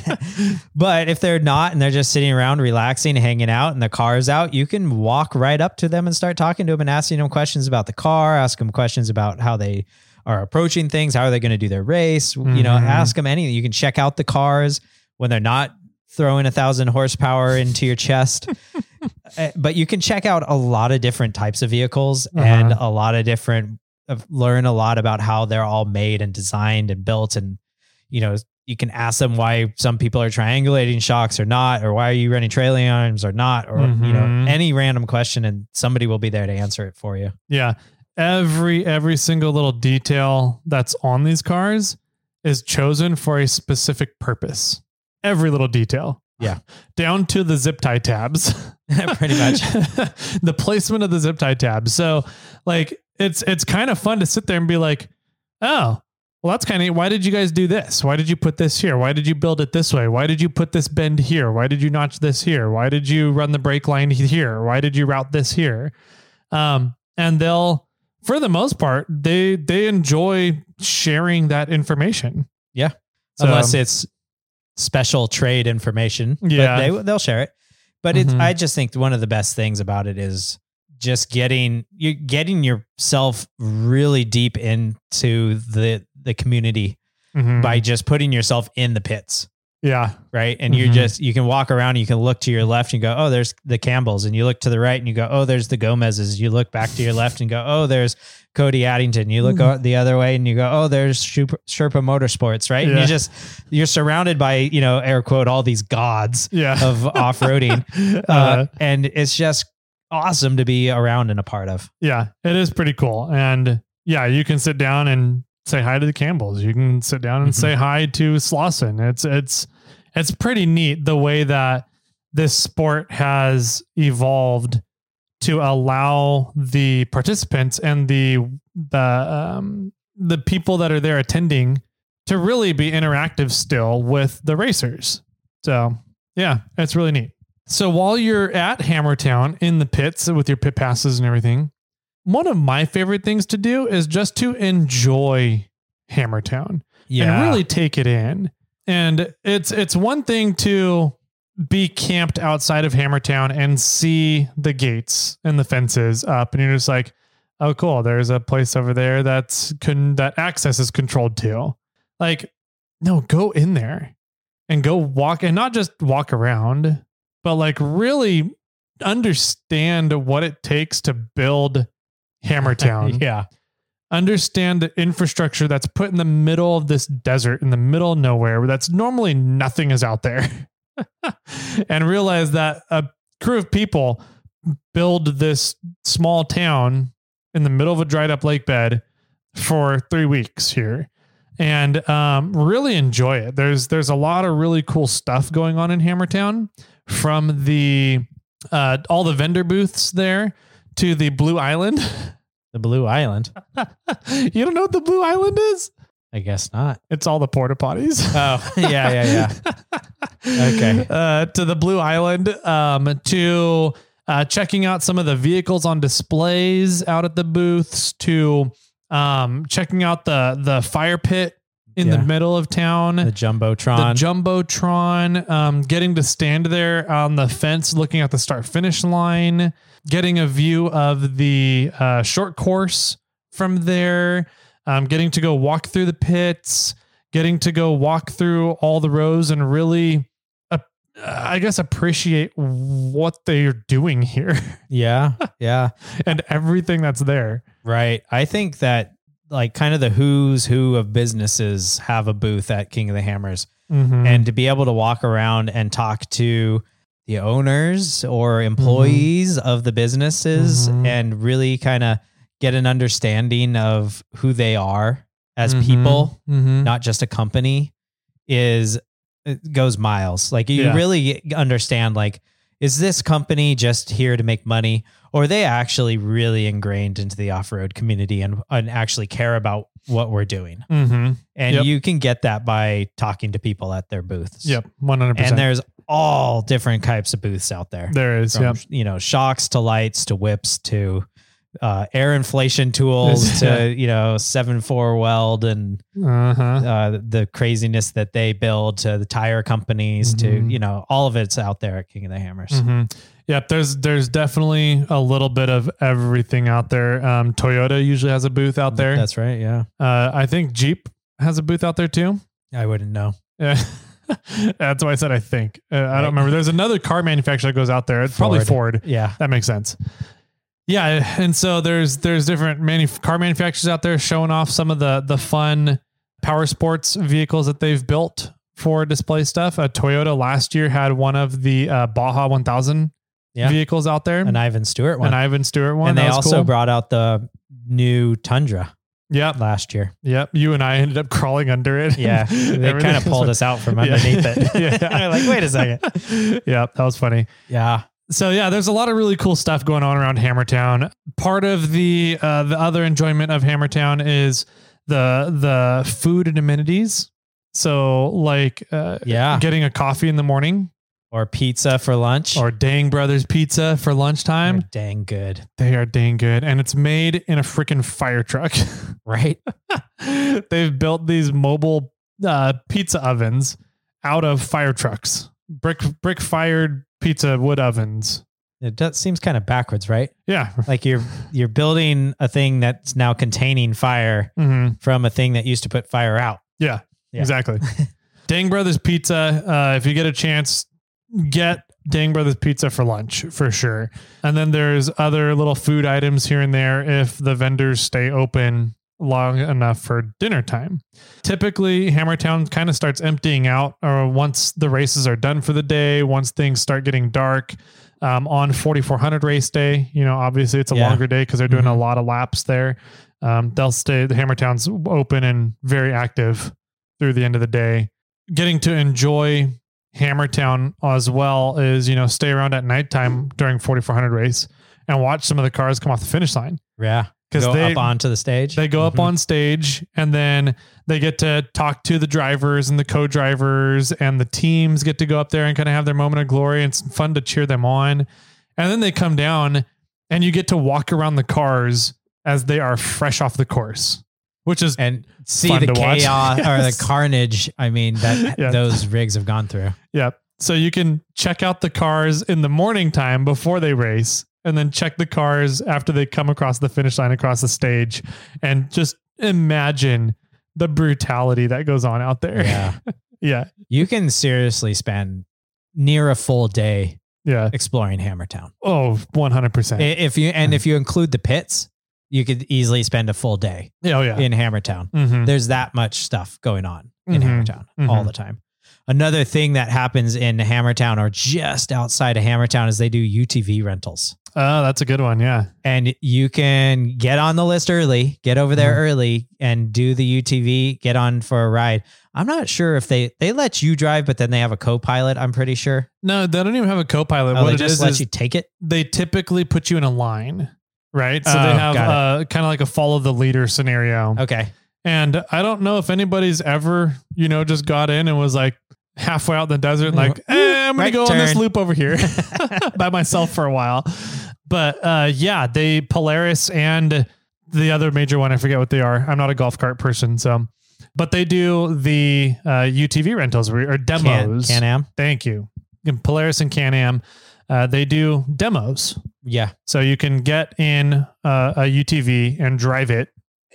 [SPEAKER 2] but if they're not and they're just sitting around relaxing, hanging out, and the car's out, you can walk right up to them and start talking to them and asking them questions about the car, ask them questions about how they are approaching things, how are they going to do their race, you know,
[SPEAKER 1] Mhm.
[SPEAKER 2] ask them anything. You can check out the cars when they're not throwing a thousand horsepower into your chest. Uh, but you can check out a lot of different types of vehicles and a lot of different uh, learn a lot about how they're all made and designed and built and you know you can ask them why some people are triangulating shocks or not or why are you running trailing arms or not or you know
[SPEAKER 1] Mhm.
[SPEAKER 2] any random question and somebody will be there to answer it for you
[SPEAKER 1] yeah. Every every single little detail that's on these cars is chosen for a specific purpose. Every little detail.
[SPEAKER 2] Yeah.
[SPEAKER 1] Down to the zip tie tabs.
[SPEAKER 2] pretty much
[SPEAKER 1] the placement of the zip tie tab. So like it's it's kind of fun to sit there and be like, oh, well that's kind of why did you guys do this? Why did you put this here? Why did you build it this way? Why did you put this bend here? Why did you notch this here? Why did you run the brake line he- here? Why did you route this here? Um, and they'll for the most part they they enjoy sharing that information.
[SPEAKER 2] Yeah.
[SPEAKER 1] So-
[SPEAKER 2] unless it's special trade information. but
[SPEAKER 1] Yeah.
[SPEAKER 2] they they'll share it. But
[SPEAKER 1] Mhm.
[SPEAKER 2] it's I just think one of the best things about it is just getting you getting yourself really deep into the the community
[SPEAKER 1] Mhm.
[SPEAKER 2] by just putting yourself in the pits.
[SPEAKER 1] yeah.
[SPEAKER 2] Right. And you
[SPEAKER 1] Mhm.
[SPEAKER 2] just, you can walk around, and you can look to your left and go, oh, there's the Campbells. And you look to the right and you go, oh, there's the Gomez's. You look back to your left and go, oh, there's Cody Addington. You
[SPEAKER 1] Mm.
[SPEAKER 2] look o- the other way and you go, oh, there's Shup- Sherpa Motorsports. Right. And
[SPEAKER 1] Yeah.
[SPEAKER 2] you just, you're surrounded by, you know, air quote, all these gods
[SPEAKER 1] Yeah.
[SPEAKER 2] of off roading. Uh,
[SPEAKER 1] Uh,
[SPEAKER 2] and it's just awesome to be around and a part of.
[SPEAKER 1] Yeah, it is pretty cool. And yeah, you can sit down and say hi to the Campbells. You can sit down and
[SPEAKER 2] Mhm.
[SPEAKER 1] say hi to Slauson. It's it's it's pretty neat the way that this sport has evolved to allow the participants and the the um, the people that are there attending to really be interactive still with the racers. So yeah, it's really neat. So while you're at Hammertown in the pits with your pit passes and everything, one of my favorite things to do is just to enjoy Hammertown and really take it in. And it's it's one thing to be camped outside of Hammertown and see the gates and the fences up, and you're just like, oh, cool. There's a place over there that's can that access is controlled to. Like, no, go in there and go walk, and not just walk around, but like really understand what it takes to build Hammertown.
[SPEAKER 2] yeah.
[SPEAKER 1] Understand the infrastructure that's put in the middle of this desert, in the middle of nowhere, where that's normally nothing is out there. and realize that a crew of people build this small town in the middle of a dried up lake bed for three weeks here and um, really enjoy it. There's there's a lot of really cool stuff going on in Hammertown from the uh, all the vendor booths there to the Blue Island.
[SPEAKER 2] The Blue Island.
[SPEAKER 1] you don't know what the Blue Island is?
[SPEAKER 2] I guess not.
[SPEAKER 1] It's all the porta potties.
[SPEAKER 2] Oh, yeah, yeah, yeah. Okay.
[SPEAKER 1] Uh, to the Blue Island, um, to uh, checking out some of the vehicles on displays out at the booths, to um, checking out the the fire pit in the
[SPEAKER 2] Yeah.
[SPEAKER 1] middle of town.
[SPEAKER 2] The Jumbotron.
[SPEAKER 1] The jumbotron, um, getting to stand there on the fence, looking at the start finish line, getting a view of the uh, short course from there, um, getting to go walk through the pits, getting to go walk through all the rows, and really, uh, I guess, appreciate what they're doing here
[SPEAKER 2] yeah, yeah.
[SPEAKER 1] and everything that's there.
[SPEAKER 2] Right. I think that like kind of the who's who of businesses have a booth at King of the Hammers.
[SPEAKER 1] Mhm.
[SPEAKER 2] and to be able to walk around and talk to the owners or employees of the businesses
[SPEAKER 1] Mhm.
[SPEAKER 2] and really kind of get an understanding of who they are as
[SPEAKER 1] Mhm.
[SPEAKER 2] people, Mm-hmm.
[SPEAKER 1] Mhm.
[SPEAKER 2] not just a company, is it goes miles. Like you
[SPEAKER 1] Yeah.
[SPEAKER 2] really understand like is this company just here to make money or are they actually really ingrained into the off-road community and, and actually care about what we're doing?
[SPEAKER 1] Mhm.
[SPEAKER 2] And
[SPEAKER 1] Yep.
[SPEAKER 2] you can get that by talking to people at their booths.
[SPEAKER 1] Yep, one hundred
[SPEAKER 2] And
[SPEAKER 1] percent.
[SPEAKER 2] there's all different types of booths out there.
[SPEAKER 1] There is,
[SPEAKER 2] From,
[SPEAKER 1] yeah.
[SPEAKER 2] you know, shocks to lights to whips to uh, air inflation tools
[SPEAKER 1] Yeah.
[SPEAKER 2] to, you know, 7 4 weld and
[SPEAKER 1] Uh huh.
[SPEAKER 2] uh, the craziness that they build to the tire companies
[SPEAKER 1] Mhm.
[SPEAKER 2] to, you know, all of it's out there at King of the Hammers.
[SPEAKER 1] Mhm. Yep, there's there's definitely a little bit of everything out there. Um, Toyota usually has a booth out there.
[SPEAKER 2] That's right. Yeah.
[SPEAKER 1] uh, I think Jeep has a booth out there too.
[SPEAKER 2] I wouldn't know.
[SPEAKER 1] Yeah. That's why I said I think. Uh, I
[SPEAKER 2] Right.
[SPEAKER 1] don't remember. There's another car manufacturer that goes out there. It's probably Ford.
[SPEAKER 2] Yeah.
[SPEAKER 1] That makes sense. Yeah, and so there's there's different manuf- car manufacturers out there showing off some of the the fun power sports vehicles that they've built for display stuff. Uh, Toyota last year had one of the uh, Baja 1000
[SPEAKER 2] Yeah.
[SPEAKER 1] vehicles out there,
[SPEAKER 2] An Ivan Stewart one.
[SPEAKER 1] an Ivan Stewart one.
[SPEAKER 2] and
[SPEAKER 1] That
[SPEAKER 2] they
[SPEAKER 1] was
[SPEAKER 2] also
[SPEAKER 1] cool.
[SPEAKER 2] brought out the new Tundra
[SPEAKER 1] Yep,
[SPEAKER 2] last year.
[SPEAKER 1] yep. You and I ended up crawling under it.
[SPEAKER 2] Yeah, they
[SPEAKER 1] Everything
[SPEAKER 2] kind of
[SPEAKER 1] was-
[SPEAKER 2] pulled us out from
[SPEAKER 1] Yeah.
[SPEAKER 2] underneath it.
[SPEAKER 1] Yeah.
[SPEAKER 2] We're like, wait a second.
[SPEAKER 1] yep, that was funny.
[SPEAKER 2] Yeah,
[SPEAKER 1] So yeah, there's a lot of really cool stuff going on around Hammertown. Part of the uh, the other enjoyment of Hammertown is the the food and amenities. So like uh,
[SPEAKER 2] yeah.
[SPEAKER 1] getting a coffee in the morning
[SPEAKER 2] Or pizza for lunch.
[SPEAKER 1] or Dang Brothers Pizza for lunchtime.
[SPEAKER 2] They're dang good,
[SPEAKER 1] They are dang good, and it's made in a freaking fire truck.
[SPEAKER 2] right?
[SPEAKER 1] They've built these mobile uh, pizza ovens out of fire trucks, brick brick fired pizza wood ovens.
[SPEAKER 2] It does, seems kind of backwards, right?
[SPEAKER 1] Yeah.
[SPEAKER 2] Like you're you're building a thing that's now containing fire
[SPEAKER 1] Mm-hmm.
[SPEAKER 2] from a thing that used to put fire out.
[SPEAKER 1] Yeah,
[SPEAKER 2] Yeah.
[SPEAKER 1] exactly. Dang Brothers Pizza. Uh, if you get a chance, get Dang Brothers Pizza for lunch for sure. And then there's other little food items here and there if the vendors stay open long enough for dinner time. Typically, Hammertown kind of starts emptying out or once the races are done for the day, once things start getting dark. Um, on 4400 race day, you know, obviously it's a
[SPEAKER 2] Yeah.
[SPEAKER 1] longer day because they're doing
[SPEAKER 2] Mhm.
[SPEAKER 1] a lot of laps there. Um, they'll stay, the Hammertown's open and very active through the end of the day. Getting to enjoy Hammertown as well is, you know, stay around at nighttime during 4400 race and watch some of the cars come off the finish line
[SPEAKER 2] Yeah,
[SPEAKER 1] because
[SPEAKER 2] go
[SPEAKER 1] they
[SPEAKER 2] up onto the stage.
[SPEAKER 1] they go up
[SPEAKER 2] Mhm.
[SPEAKER 1] on stage and then they get to talk to the drivers and the co-drivers and the teams get to go up there and kind of have their moment of glory. It's fun to cheer them on. And then they come down and you get to walk around the cars as they are fresh off the course, which is
[SPEAKER 2] and see
[SPEAKER 1] Fun
[SPEAKER 2] the
[SPEAKER 1] to watch.
[SPEAKER 2] chaos or
[SPEAKER 1] Yes.
[SPEAKER 2] the carnage. I mean that
[SPEAKER 1] Yeah.
[SPEAKER 2] those rigs have gone through.
[SPEAKER 1] Yeah. So you can check out the cars in the morning time before they race and then check the cars after they come across the finish line across the stage and just imagine the brutality that goes on out there.
[SPEAKER 2] Yeah,
[SPEAKER 1] yeah.
[SPEAKER 2] you can seriously spend near a full day
[SPEAKER 1] Yeah.
[SPEAKER 2] exploring Hammertown.
[SPEAKER 1] Oh, 100%.
[SPEAKER 2] I- If you
[SPEAKER 1] Mm-hmm.
[SPEAKER 2] and if you include the pits, you could easily spend a full day
[SPEAKER 1] yeah, oh, yeah.
[SPEAKER 2] in Hammertown.
[SPEAKER 1] mm-hmm.
[SPEAKER 2] There's that much stuff going on in
[SPEAKER 1] Mhm.
[SPEAKER 2] Hammertown all
[SPEAKER 1] Mhm.
[SPEAKER 2] the time. Another thing that happens in Hammertown or just outside of Hammertown is they do UTV rentals.
[SPEAKER 1] Oh, that's a good one. Yeah.
[SPEAKER 2] and you can get on the list early, get over there
[SPEAKER 1] Mhm.
[SPEAKER 2] early and do the UTV, get on for a ride. I'm not sure if they they let you drive, but then they have a co-pilot. I'm pretty sure.
[SPEAKER 1] No, they don't even have a co-pilot.
[SPEAKER 2] Oh,
[SPEAKER 1] what
[SPEAKER 2] they
[SPEAKER 1] it
[SPEAKER 2] just
[SPEAKER 1] is
[SPEAKER 2] let
[SPEAKER 1] is
[SPEAKER 2] you take it.
[SPEAKER 1] they typically put you in a line, right? So
[SPEAKER 2] Oh,
[SPEAKER 1] they have
[SPEAKER 2] got
[SPEAKER 1] uh, kind of like a follow the leader scenario.
[SPEAKER 2] Okay,
[SPEAKER 1] And I don't know if anybody's ever, you know, just got in and was like halfway out in the desert, and like, eh, I'm gonna
[SPEAKER 2] Right
[SPEAKER 1] go on this
[SPEAKER 2] turn.
[SPEAKER 1] loop over here by myself for a while. But uh, yeah, they Polaris and the other major one, I forget what they are. I'm not a golf cart person, so. But they do the uh, UTV rentals or or
[SPEAKER 2] Can,
[SPEAKER 1] demos.
[SPEAKER 2] Can Am.
[SPEAKER 1] Thank you. And Polaris and Can Am, uh, they do demos.
[SPEAKER 2] Yeah,
[SPEAKER 1] So you can get in uh, a UTV and drive it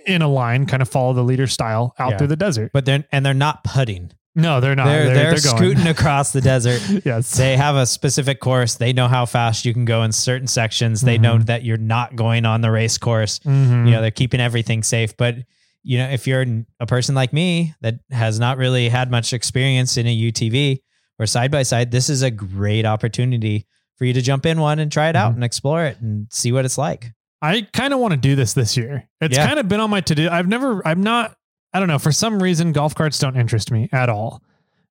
[SPEAKER 1] in a line, kind of follow the leader style out
[SPEAKER 2] Yeah.
[SPEAKER 1] through the desert.
[SPEAKER 2] but they're and they're not putting.
[SPEAKER 1] No, they're not.
[SPEAKER 2] they're
[SPEAKER 1] Ah, They're,
[SPEAKER 2] they're,
[SPEAKER 1] they're
[SPEAKER 2] scooting across the desert.
[SPEAKER 1] going. yes.
[SPEAKER 2] They have a specific course. They know how fast you can go in certain sections. They know
[SPEAKER 1] Mhm.
[SPEAKER 2] that you're not going on the race course.
[SPEAKER 1] Mhm.
[SPEAKER 2] you know they're keeping everything safe but you know if you're n- a person like me that has not really had much experience in a utv or side by side this is a great opportunity for you to jump in one and try it out
[SPEAKER 1] Mhm.
[SPEAKER 2] and explore it and see what it's like
[SPEAKER 1] I kind of want to do this this year. It's
[SPEAKER 2] Yeah.
[SPEAKER 1] kind of been on my to do. I've never, I'm not, I don't know. For some reason, golf carts don't interest me at all.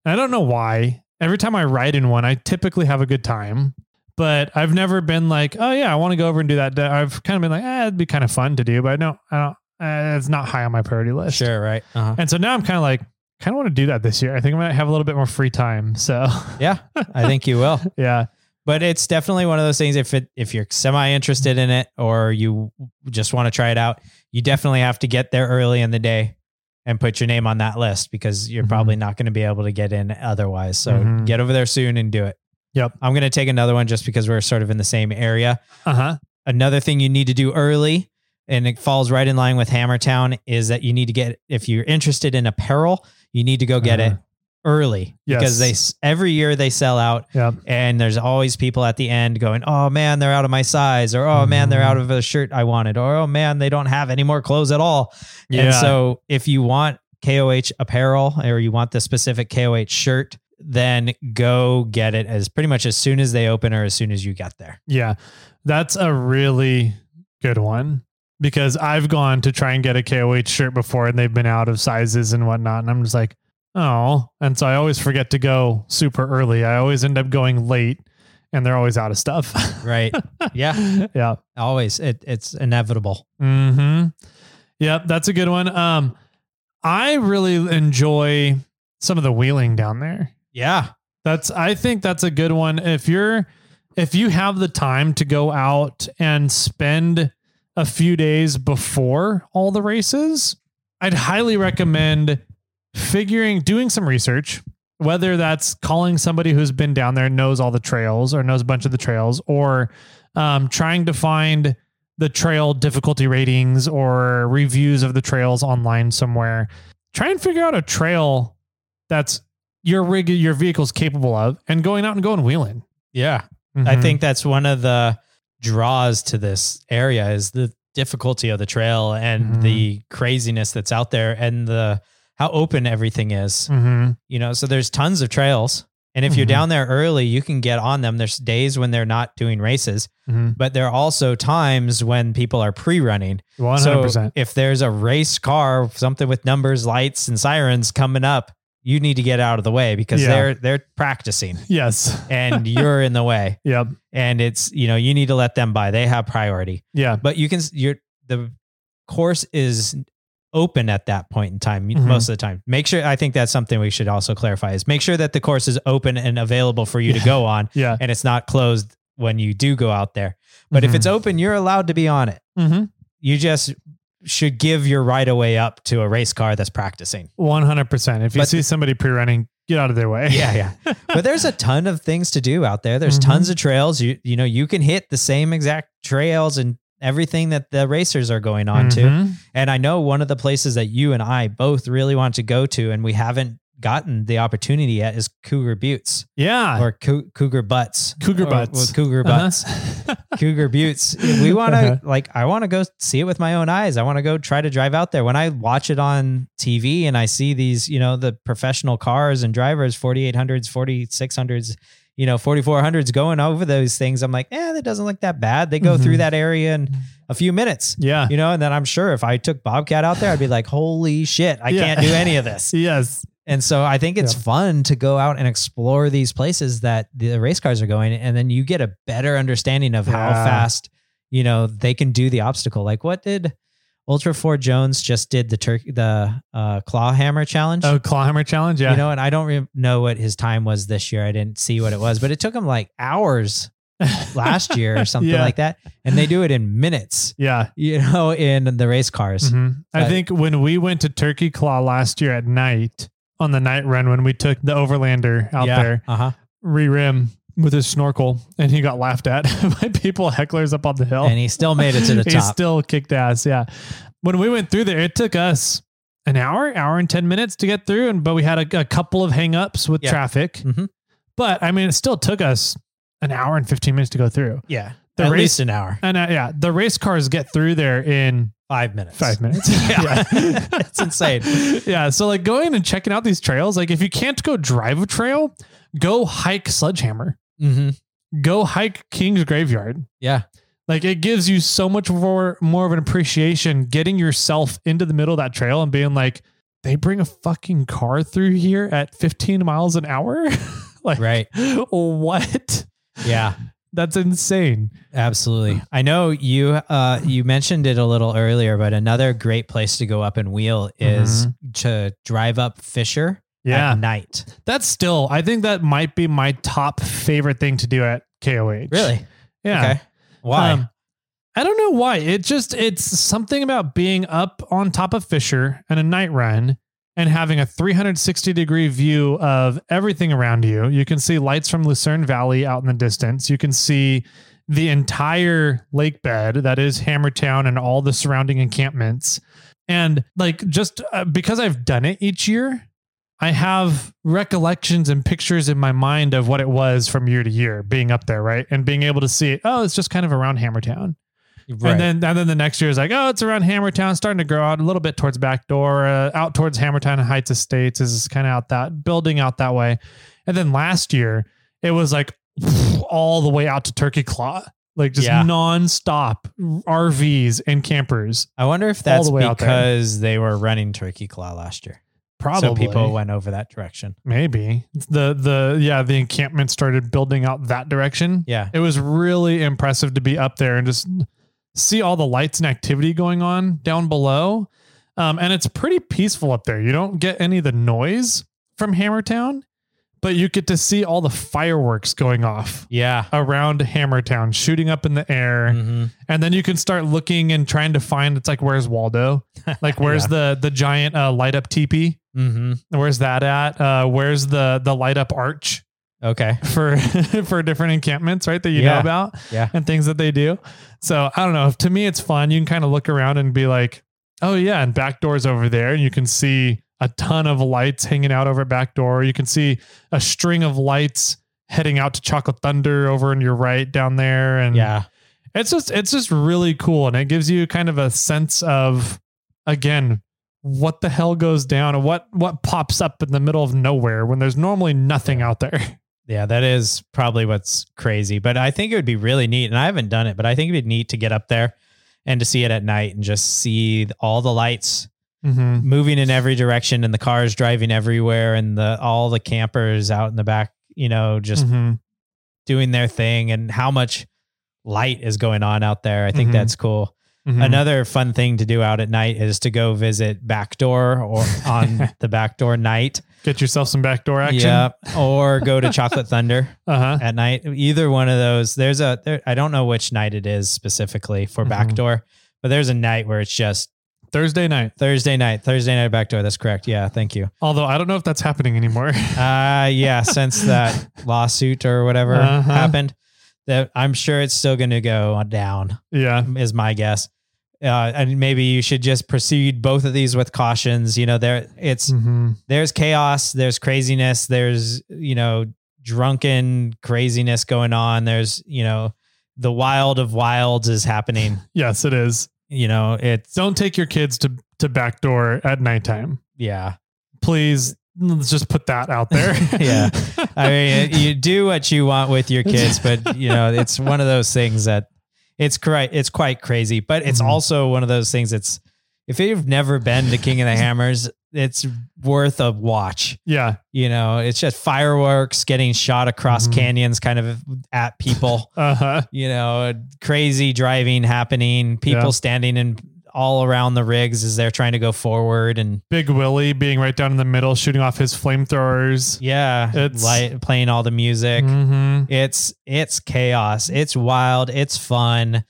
[SPEAKER 1] And I don't know why. Every time I ride in one, I typically have a good time, but I've never been like, oh yeah, I want to go over and do that. I've kind of been like, eh, it'd be kind of fun to do, but no, I don't, uh, it's not high on my priority list.
[SPEAKER 2] sure right uh-huh.
[SPEAKER 1] And so now I'm kind of like, kind of want to do that this year. I think I might have a little bit more free time. So
[SPEAKER 2] yeah i think you will
[SPEAKER 1] yeah,
[SPEAKER 2] but it's definitely one of those things if it if you're semi interested in it or you just want to try it out you definitely have to get there early in the day and put your name on that list because you're
[SPEAKER 1] Mhm.
[SPEAKER 2] probably not going to be able to get in otherwise so
[SPEAKER 1] Mhm.
[SPEAKER 2] get over there soon and do it
[SPEAKER 1] Yep.
[SPEAKER 2] i'm going to take another one just because we're sort of in the same area
[SPEAKER 1] uh huh,
[SPEAKER 2] another thing you need to do early and it falls right in line with hammertown is that you need to get if you're interested in apparel you need to go get
[SPEAKER 1] Uh-huh.
[SPEAKER 2] it early
[SPEAKER 1] Yes.
[SPEAKER 2] because they s- every year they sell out
[SPEAKER 1] yeah,
[SPEAKER 2] and there's always people at the end going, "Oh man, they're out of my size," or "Oh man,
[SPEAKER 1] Mm-hmm.
[SPEAKER 2] they're out of the shirt I wanted," or "Oh man, they don't have any more clothes at all."
[SPEAKER 1] yeah.
[SPEAKER 2] And so, if you want KOH apparel or you want the specific KOH shirt, then go get it as pretty much as soon as they open or as soon as you get there.
[SPEAKER 1] Yeah. That's a really good one because I've gone to try and get a KOH shirt before and they've been out of sizes and whatnot. And I'm just like, oh. And so I always forget to go super early. I always end up going late and they're always out of stuff.
[SPEAKER 2] Right? yeah,
[SPEAKER 1] yeah.
[SPEAKER 2] always. It, it's inevitable.
[SPEAKER 1] Hmm. Yep. That's a good one. Um, I really enjoy some of the wheeling down there.
[SPEAKER 2] Yeah.
[SPEAKER 1] That's I think that's a good one. If you're if you have the time to go out and spend a few days before all the races, I'd highly recommend figuring doing some research, whether that's calling somebody who's been down there and knows all the trails or knows a bunch of the trails, or um, trying to find the trail difficulty ratings or reviews of the trails online somewhere. Try and figure out a trail that's your rig your vehicle's capable of and going out and going wheeling.
[SPEAKER 2] Yeah. I
[SPEAKER 1] Mhm.
[SPEAKER 2] think that's one of the draws to this area is the difficulty of the trail and
[SPEAKER 1] Mhm.
[SPEAKER 2] the craziness that's out there and the how open everything is.
[SPEAKER 1] Mhm.
[SPEAKER 2] You know, so there's tons of trails. And if you're
[SPEAKER 1] Mhm.
[SPEAKER 2] down there early, you can get on them. There's days when they're not doing races,
[SPEAKER 1] Mhm.
[SPEAKER 2] but there are also times when people are pre-running. So
[SPEAKER 1] 100%.
[SPEAKER 2] if there's a race car, something with numbers, lights, and sirens coming up, you need to get out of the way because
[SPEAKER 1] Yeah.
[SPEAKER 2] they're they're practicing
[SPEAKER 1] yes.
[SPEAKER 2] and you're in the way
[SPEAKER 1] Yep.
[SPEAKER 2] and it's you know you need to let them buy they have priority
[SPEAKER 1] Yeah.
[SPEAKER 2] but you can your the course is open at that point in time
[SPEAKER 1] Mhm.
[SPEAKER 2] most of the time make sure i think that's something we should also clarify is make sure that the course is open and available for you to go on
[SPEAKER 1] Yeah. Mm-hmm.
[SPEAKER 2] and it's not closed when you do go out there but if it's open you're allowed to be on it
[SPEAKER 1] Mhm.
[SPEAKER 2] you just should give your right of way up to a race car that's practicing
[SPEAKER 1] 100%. If you
[SPEAKER 2] But-
[SPEAKER 1] see somebody pre-running, get out of their way.
[SPEAKER 2] yeah, yeah. But there's a ton of things to do out there. There's
[SPEAKER 1] Mhm.
[SPEAKER 2] tons of trails. You you know you can hit the same exact trails and everything that the racers are going on to.
[SPEAKER 1] Mhm.
[SPEAKER 2] And I know one of the places that you and I both really want to go to, and we haven't gotten the opportunity yet is Cougar Buttes
[SPEAKER 1] Yeah.
[SPEAKER 2] or Cou- Cougar Butts.
[SPEAKER 1] Cougar
[SPEAKER 2] Or-
[SPEAKER 1] butts.
[SPEAKER 2] well, Cougar
[SPEAKER 1] Uh-huh.
[SPEAKER 2] Butts. Cougar Buttes. We want to
[SPEAKER 1] Uh-huh.
[SPEAKER 2] like I want to go see it with my own eyes. I want to go try to drive out there. When I watch it on TV and I see these, you know, the professional cars and drivers 4800s, 4600s, you know, 4400s going over those things, I'm like, "Eh, that doesn't look that bad." They go
[SPEAKER 1] Mhm.
[SPEAKER 2] through that area in a few minutes.
[SPEAKER 1] yeah.
[SPEAKER 2] You know, and then I'm sure if I took Bobcat out there, I'd be like, "Holy shit, I
[SPEAKER 1] Yeah.
[SPEAKER 2] can't do any of this."
[SPEAKER 1] Yes.
[SPEAKER 2] And so I think it's
[SPEAKER 1] Yeah.
[SPEAKER 2] fun to go out and explore these places that the race cars are going, and then you get a better understanding of how
[SPEAKER 1] Yeah.
[SPEAKER 2] fast you know they can do the obstacle. Like what did Ultra Four Jones just did the turkey the uh, claw hammer challenge?
[SPEAKER 1] Oh, Clawhammer challenge. Yeah.
[SPEAKER 2] You know, and I don't re- know what his time was this year. I didn't see what it was, but it took him like hours last year or something
[SPEAKER 1] Yeah.
[SPEAKER 2] like that. And they do it in minutes,
[SPEAKER 1] yeah.
[SPEAKER 2] you know, in the race cars.
[SPEAKER 1] Mhm. I
[SPEAKER 2] But-
[SPEAKER 1] think when we went to Turkey Claw last year at night on the night run when we took the Overlander out there,
[SPEAKER 2] Uh huh.
[SPEAKER 1] re rim with his snorkel, and he got laughed at by people hecklers up on the hill.
[SPEAKER 2] And he still made it to the
[SPEAKER 1] he
[SPEAKER 2] top.
[SPEAKER 1] still kicked ass. Yeah. When we went through there, it took us an hour, hour and 10 minutes to get through. And, but we had a, a couple of hangups with
[SPEAKER 2] Yeah.
[SPEAKER 1] traffic.
[SPEAKER 2] Mhm.
[SPEAKER 1] But I mean, it still took us an hour and 15 minutes to go through.
[SPEAKER 2] yeah.
[SPEAKER 1] The
[SPEAKER 2] At
[SPEAKER 1] race-
[SPEAKER 2] least an hour,
[SPEAKER 1] And uh, yeah, the race cars get through there in
[SPEAKER 2] five minutes.
[SPEAKER 1] five minutes.
[SPEAKER 2] Yeah. It's insane.
[SPEAKER 1] Yeah. So like going and checking out these trails, like if you can't go drive a trail, go hike Sledgehammer.
[SPEAKER 2] Mm-hmm.
[SPEAKER 1] Go hike King's Graveyard.
[SPEAKER 2] Yeah.
[SPEAKER 1] Like it gives you so much more more of an appreciation getting yourself into the middle of that trail and being like, they bring a fucking car through here at 15 miles an hour. like
[SPEAKER 2] Right.
[SPEAKER 1] what?
[SPEAKER 2] Yeah.
[SPEAKER 1] That's insane.
[SPEAKER 2] Absolutely. I know you uh you mentioned it a little earlier, but another great place to go up and wheel is to drive up Fisher
[SPEAKER 1] Mm-hmm. Yeah.
[SPEAKER 2] at night.
[SPEAKER 1] That's still, I think that might be my top favorite thing to do at KOH.
[SPEAKER 2] Really?
[SPEAKER 1] Yeah.
[SPEAKER 2] Okay. Why?
[SPEAKER 1] Um, I don't know why. It just it's something about being up on top of Fisher and a night run and having a 360 degree view of everything around you. You can see lights from Lucerne Valley out in the distance. You can see the entire lake bed that is Hammertown and all the surrounding encampments. And like just uh, because I've done it each year, I have recollections and pictures in my mind of what it was from year to year being up there, right? And being able to see it. Oh, it's just kind of around Hammertown.
[SPEAKER 2] right.
[SPEAKER 1] And then and then the next year is like, oh, it's around Hammertown, starting to grow out a little bit towards Backdoor, uh, out towards Hammertown Heights Estates is kind of out that building out that way. And then last year, it was like all the way out to Turkey Claw, like just
[SPEAKER 2] Yeah.
[SPEAKER 1] nonstop RVs and campers.
[SPEAKER 2] I wonder if
[SPEAKER 1] all
[SPEAKER 2] that's
[SPEAKER 1] the way out there.
[SPEAKER 2] because they were running Turkey Claw last year.
[SPEAKER 1] Probably
[SPEAKER 2] So people went over that direction.
[SPEAKER 1] maybe the the yeah the encampment started building out that direction.
[SPEAKER 2] Yeah.
[SPEAKER 1] It was really impressive to be up there and just see all the lights and activity going on down below. Um, and it's pretty peaceful up there. You don't get any of the noise from Hammertown, but you get to see all the fireworks going off
[SPEAKER 2] Yeah.
[SPEAKER 1] around Hammertown, shooting up in the air.
[SPEAKER 2] hmm
[SPEAKER 1] And then you can start looking and trying to find it's like, where's Waldo? Like, where's the the giant uh, light up teepee?
[SPEAKER 2] hmm
[SPEAKER 1] Where's that at? Uh, where's the the light up arch?
[SPEAKER 2] Okay.
[SPEAKER 1] for for different encampments, right? That you know
[SPEAKER 2] Yeah.
[SPEAKER 1] about,
[SPEAKER 2] Yeah.
[SPEAKER 1] and things that they do. So I don't know. To me, it's fun. You can kind of look around and be like, "Oh yeah," and back doors over there, and you can see a ton of lights hanging out over back door. You can see a string of lights heading out to Chocolate Thunder over on your right down there, and
[SPEAKER 2] Yeah.
[SPEAKER 1] it's just it's just really cool, and it gives you kind of a sense of again what the hell goes down and what what pops up in the middle of nowhere when there's normally nothing out there.
[SPEAKER 2] Yeah, that is probably what's crazy. But I think it would be really neat. And I haven't done it, but I think it'd be neat to get up there and to see it at night and just see th- all the lights
[SPEAKER 1] Mm-hmm.
[SPEAKER 2] moving in every direction and the cars driving everywhere and the all the campers out in the back, you know, just
[SPEAKER 1] Mhm.
[SPEAKER 2] doing their thing and how much light is going on out there. I think
[SPEAKER 1] Mhm.
[SPEAKER 2] that's cool.
[SPEAKER 1] Mhm.
[SPEAKER 2] Another fun thing to do out at night is to go visit backdoor or on the backdoor night.
[SPEAKER 1] Get yourself some backdoor action.
[SPEAKER 2] Yep. Or go to Chocolate Thunder
[SPEAKER 1] Uh huh.
[SPEAKER 2] at night. Either one of those. There's a. There, I don't know which night it is specifically for
[SPEAKER 1] Mhm.
[SPEAKER 2] backdoor, but there's a night where it's just
[SPEAKER 1] Thursday night.
[SPEAKER 2] Thursday night, Thursday night backdoor. That's correct. Yeah, thank you.
[SPEAKER 1] Although I don't know if that's happening anymore.
[SPEAKER 2] Uh yeah, since that lawsuit or whatever
[SPEAKER 1] Uh-huh.
[SPEAKER 2] happened, that I'm sure it's still going to go down
[SPEAKER 1] yeah.
[SPEAKER 2] is my guess. Uh, and maybe you should just proceed both of these with cautions. You know, there it's
[SPEAKER 1] Mm-hmm.
[SPEAKER 2] there's chaos, there's craziness, there's, you know, drunken craziness going on. There's, you know, the wild of wilds is happening.
[SPEAKER 1] Yes, it is.
[SPEAKER 2] You know, it's
[SPEAKER 1] Don't take your kids to to backdoor at nighttime.
[SPEAKER 2] yeah.
[SPEAKER 1] Please, let's just put that out there.
[SPEAKER 2] Yeah. I mean, you do what you want with your kids, but you know, it's one of those things that it's quite it's quite crazy, but it's
[SPEAKER 1] Mhm.
[SPEAKER 2] also one of those things that's if you've never been to King of the Hammers, it's worth a watch.
[SPEAKER 1] yeah.
[SPEAKER 2] You know, it's just fireworks getting shot across
[SPEAKER 1] Mhm.
[SPEAKER 2] canyons kind of at people.
[SPEAKER 1] Uh huh.
[SPEAKER 2] you know, crazy driving happening, people
[SPEAKER 1] Yeah.
[SPEAKER 2] standing in all around the rigs as they're trying to go forward and
[SPEAKER 1] Big Willie being right down in the middle, shooting off his flamethrowers.
[SPEAKER 2] yeah,
[SPEAKER 1] It's-
[SPEAKER 2] light, playing all the music.
[SPEAKER 1] Mm-hmm.
[SPEAKER 2] It's it's chaos. It's wild, it's fun,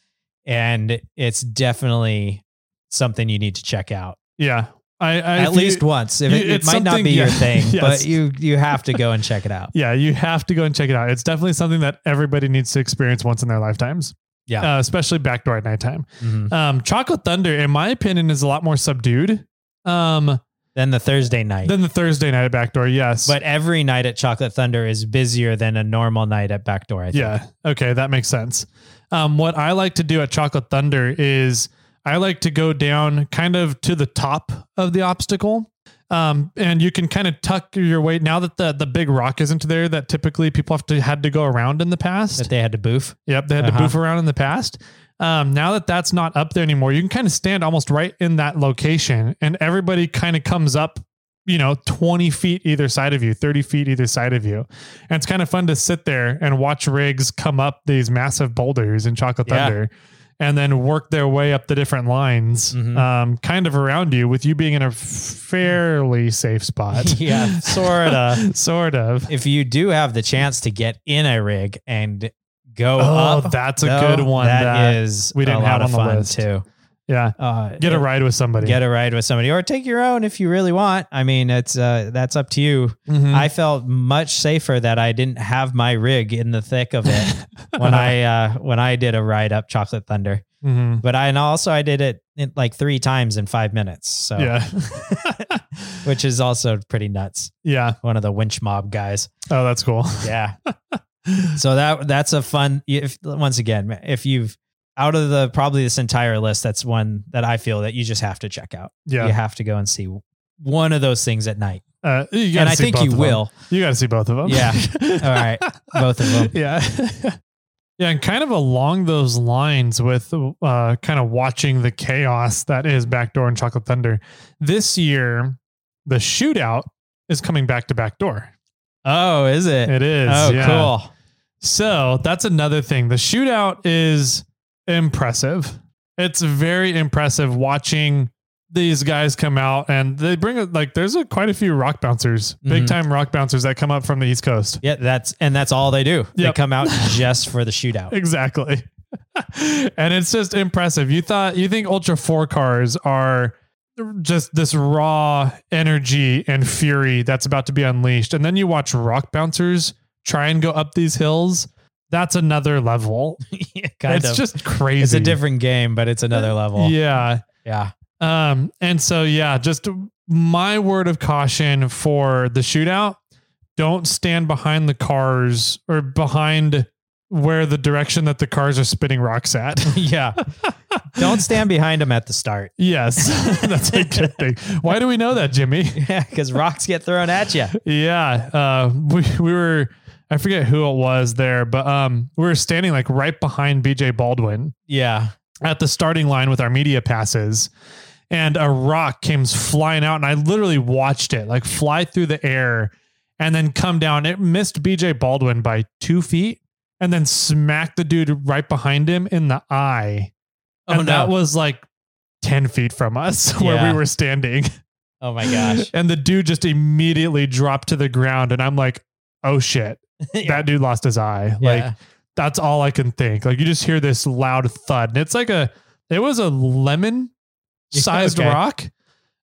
[SPEAKER 2] and it's definitely something you need to check out
[SPEAKER 1] Yeah. I, I
[SPEAKER 2] at
[SPEAKER 1] if you-
[SPEAKER 2] least once. If
[SPEAKER 1] you-
[SPEAKER 2] it, it
[SPEAKER 1] it's
[SPEAKER 2] might not
[SPEAKER 1] something-
[SPEAKER 2] be your
[SPEAKER 1] yeah,
[SPEAKER 2] thing,
[SPEAKER 1] yes.
[SPEAKER 2] but you you have to go and check it out.
[SPEAKER 1] Yeah, you have to go and check it out. It's definitely something that everybody needs to experience once in their lifetimes.
[SPEAKER 2] Yeah.
[SPEAKER 1] Uh, especially backdoor at nighttime.
[SPEAKER 2] Mhm.
[SPEAKER 1] Um, Chocolate Thunder, in my opinion, is a lot more subdued um,
[SPEAKER 2] Then the Thursday night.
[SPEAKER 1] than the Thursday night at backdoor. Yes.
[SPEAKER 2] but every night at Chocolate Thunder is busier than a normal night at Backdoor. I think.
[SPEAKER 1] yeah. Okay. That makes sense. Um, what I like to do at Chocolate Thunder is I like to go down kind of to the top of the obstacle. Um, and you can kind of tuck your way now that the, the big rock isn't there that typically people have to had to go around in the past.
[SPEAKER 2] That they had to boof.
[SPEAKER 1] Yep, they had to
[SPEAKER 2] Uh-huh.
[SPEAKER 1] boof around in the past. Um, now that that's not up there anymore, you can kind of stand almost right in that location, and everybody kind of comes up, you know, 20 feet either side of you, 30 feet either side of you. And it's kind of fun to sit there and watch rigs come up these massive boulders in Chocolate
[SPEAKER 2] Yeah.
[SPEAKER 1] Thunder and then work their way up the different lines,
[SPEAKER 2] Mhm.
[SPEAKER 1] um, kind of around you, with you being in a fairly safe spot.
[SPEAKER 2] yeah, sort of.
[SPEAKER 1] sort of.
[SPEAKER 2] If you do have the chance to get in a rig and go
[SPEAKER 1] Oh,
[SPEAKER 2] up,
[SPEAKER 1] that's a good one.
[SPEAKER 2] that
[SPEAKER 1] That-
[SPEAKER 2] is
[SPEAKER 1] we didn't
[SPEAKER 2] a lot
[SPEAKER 1] have
[SPEAKER 2] of
[SPEAKER 1] on the
[SPEAKER 2] fun
[SPEAKER 1] list.
[SPEAKER 2] too.
[SPEAKER 1] Yeah.
[SPEAKER 2] Uh,
[SPEAKER 1] Get a ride with somebody.
[SPEAKER 2] get a ride with somebody, or take your own if you really want. I mean, it's uh, that's up to you.
[SPEAKER 1] Mhm.
[SPEAKER 2] I felt much safer that I didn't have my rig in the thick of it when I uh, when I did a ride up Chocolate Thunder.
[SPEAKER 1] Mhm.
[SPEAKER 2] But I and also I did it, it like three times in five minutes. So
[SPEAKER 1] Yeah.
[SPEAKER 2] which is also pretty nuts.
[SPEAKER 1] yeah.
[SPEAKER 2] One of the winch mob guys.
[SPEAKER 1] Oh, that's cool.
[SPEAKER 2] yeah so that that's a fun if once again if you've out of the probably this entire list that's one that i feel that you just have to check out you
[SPEAKER 1] Yeah.
[SPEAKER 2] have to go and see one of those things at night
[SPEAKER 1] Uh, you gotta
[SPEAKER 2] and i
[SPEAKER 1] see
[SPEAKER 2] think
[SPEAKER 1] both
[SPEAKER 2] you
[SPEAKER 1] of
[SPEAKER 2] will
[SPEAKER 1] them. You got to see both of them.
[SPEAKER 2] Yeah. all right both of them
[SPEAKER 1] yeah. yeah. And kind of along those lines with uh, kind of watching the chaos that is Backdoor and Chocolate Thunder. This year, the shootout is coming back to Backdoor.
[SPEAKER 2] oh is it,
[SPEAKER 1] It is.
[SPEAKER 2] oh
[SPEAKER 1] yeah.
[SPEAKER 2] cool
[SPEAKER 1] So that's another thing. The shootout is impressive. It's very impressive watching these guys come out and they bring like there's a, quite a few rock bouncers, big
[SPEAKER 2] Mhm.
[SPEAKER 1] time rock bouncers that come up from the East Coast.
[SPEAKER 2] yeah that's and that's all they do they
[SPEAKER 1] Yep.
[SPEAKER 2] come out just for the shootout
[SPEAKER 1] Exactly. and it's just impressive. You thought you think Ultra 4 cars are just this raw energy and fury that's about to be unleashed. And then you watch rock bouncers try and go up these hills. That's another level.
[SPEAKER 2] kind
[SPEAKER 1] it's
[SPEAKER 2] of
[SPEAKER 1] just crazy.
[SPEAKER 2] it's a different game but it's another level
[SPEAKER 1] Yeah.
[SPEAKER 2] yeah
[SPEAKER 1] Um, and so yeah, just my word of caution for the shootout. Don't stand behind the cars or behind where the direction that the cars are spitting rocks at.
[SPEAKER 2] yeah don't stand behind them at the start
[SPEAKER 1] yes. That's a good thing. Why do we know that, Jimmy?
[SPEAKER 2] yeah because rocks get thrown at you
[SPEAKER 1] Yeah. Uh, we, we were, I forget who it was there, but um, we were standing like right behind BJ Baldwin.
[SPEAKER 2] yeah
[SPEAKER 1] at the starting line with our media passes and a rock came flying out and I literally watched it like fly through the air and then come down. It missed BJ Baldwin by two feet and then smacked the dude right behind him in the eye.
[SPEAKER 2] Oh,
[SPEAKER 1] and that
[SPEAKER 2] no.
[SPEAKER 1] was like 10 feet from us where
[SPEAKER 2] Yeah.
[SPEAKER 1] we were standing.
[SPEAKER 2] Oh my gosh.
[SPEAKER 1] And the dude just immediately dropped to the ground and I'm like, oh shit, that dude lost his eye. Like
[SPEAKER 2] Yeah.
[SPEAKER 1] that's all I can think. Like you just hear this loud thud, and it's like a it was a lemon sized
[SPEAKER 2] Okay.
[SPEAKER 1] rock,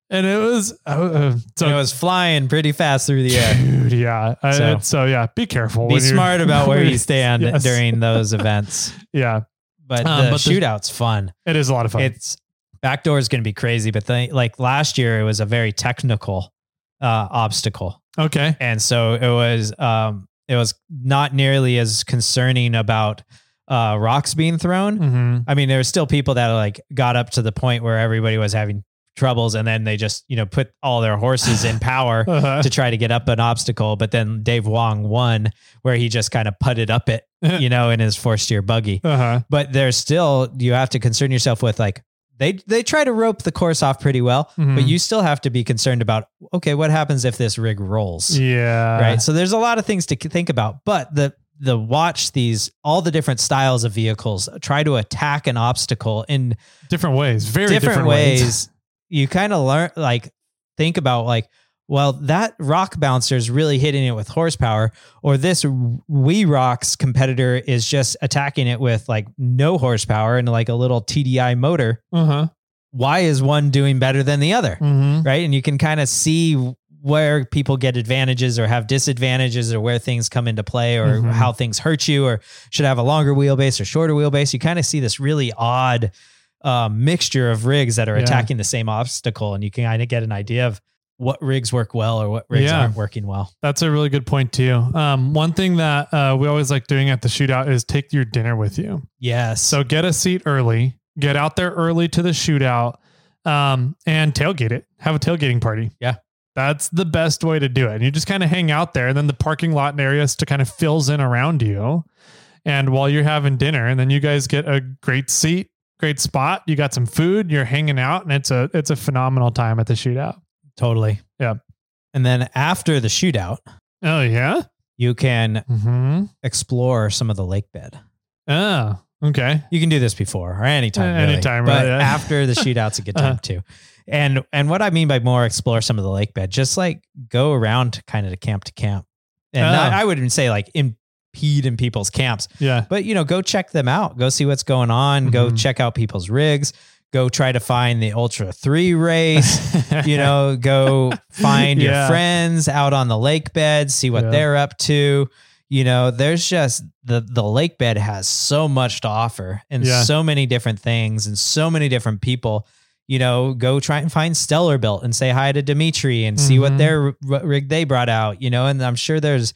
[SPEAKER 1] and it was uh, uh, so
[SPEAKER 2] And it was flying pretty fast through the air.
[SPEAKER 1] dude, yeah. I-
[SPEAKER 2] So-
[SPEAKER 1] So, yeah, be careful.
[SPEAKER 2] Be
[SPEAKER 1] when you're-
[SPEAKER 2] smart about where you stand
[SPEAKER 1] Yes.
[SPEAKER 2] during those events.
[SPEAKER 1] Yeah,
[SPEAKER 2] But
[SPEAKER 1] Um,
[SPEAKER 2] the
[SPEAKER 1] but the-
[SPEAKER 2] shootout's fun.
[SPEAKER 1] it is a lot of fun.
[SPEAKER 2] It's Backdoor is going to be crazy, but they, like last year, it was a very technical uh, obstacle,
[SPEAKER 1] Okay.
[SPEAKER 2] and so it was um, it was not nearly as concerning about uh, rocks being thrown.
[SPEAKER 1] Mm-hmm.
[SPEAKER 2] I mean, there were still people that like got up to the point where everybody was having troubles, and then they just you know put all their horses in power
[SPEAKER 1] Uh-huh.
[SPEAKER 2] to try to get up an obstacle. But then Dave Wong won, where he just kind of putted up it, you know, in his four steer buggy.
[SPEAKER 1] Uh-huh.
[SPEAKER 2] But there's still you have to concern yourself with like they they try to rope the course off pretty well, but
[SPEAKER 1] Mhm.
[SPEAKER 2] you still have to be concerned about okay, what happens if this rig rolls?
[SPEAKER 1] yeah.
[SPEAKER 2] right? So there's a lot of things to c- think about, but the the watch these all the different styles of vehicles try to attack an obstacle in
[SPEAKER 1] Different ways. Very
[SPEAKER 2] different,
[SPEAKER 1] different,
[SPEAKER 2] ways. you kind of learn like think about like well that rock bouncer is really hitting it with horsepower or this we rocks competitor is just attacking it with like no horsepower and like a little TDI motor.
[SPEAKER 1] Uh-huh.
[SPEAKER 2] Why is one doing better than the other?
[SPEAKER 1] Mm-hmm.
[SPEAKER 2] right? And you can kind of see where people get advantages or have disadvantages or where things come into play or
[SPEAKER 1] Mhm.
[SPEAKER 2] how things hurt you or should have a longer wheelbase or shorter wheelbase. You kind of see this really odd uh, mixture of rigs that are
[SPEAKER 1] Yeah.
[SPEAKER 2] attacking the same obstacle. And you can kind of get an idea of what rigs work well or what rigs
[SPEAKER 1] Yeah.
[SPEAKER 2] aren't working well.
[SPEAKER 1] That's a really good point too. Um, one thing that uh, we always like doing at the shootout is take your dinner with you.
[SPEAKER 2] Yes.
[SPEAKER 1] So get a seat early, get out there early to the shootout, um, and tailgate it. Have a tailgating party.
[SPEAKER 2] Yeah.
[SPEAKER 1] That's the best way to do it. And you just kind of hang out there, and then the parking lot and areas to kind of fills in around you. And while you're having dinner, and then you guys get a great seat, great spot. You got some food. You're hanging out, and it's a it's a phenomenal time at the shootout.
[SPEAKER 2] totally.
[SPEAKER 1] Yeah.
[SPEAKER 2] And then after the shootout,
[SPEAKER 1] Oh yeah.
[SPEAKER 2] you can
[SPEAKER 1] Hmm.
[SPEAKER 2] explore some of the lake bed.
[SPEAKER 1] Oh. Okay.
[SPEAKER 2] You can do this before or anytime.
[SPEAKER 1] Uh,
[SPEAKER 2] really.
[SPEAKER 1] anytime,
[SPEAKER 2] but
[SPEAKER 1] right, yeah.
[SPEAKER 2] after the shootout's a good time
[SPEAKER 1] Uh-huh.
[SPEAKER 2] too. And and what I mean by more explore some of the lake bed, just like go around kind of to camp to camp, and
[SPEAKER 1] Oh.
[SPEAKER 2] not, I wouldn't say like impede in people's camps,
[SPEAKER 1] Yeah.
[SPEAKER 2] but you know go check them out, go see what's going on, go
[SPEAKER 1] Mhm.
[SPEAKER 2] check out people's rigs, go try to find the Ultra Three race. You know, go find your
[SPEAKER 1] Yeah.
[SPEAKER 2] friends out on the lake bed, see what
[SPEAKER 1] Yeah.
[SPEAKER 2] they're up to. You know, there's just the the lake bed has so much to offer and
[SPEAKER 1] Yeah.
[SPEAKER 2] so many different things and so many different people. You know, go try and find Stellar Built and say hi to Dimitri and see what
[SPEAKER 1] Mhm.
[SPEAKER 2] their r- rig they brought out. You know, and I'm sure there's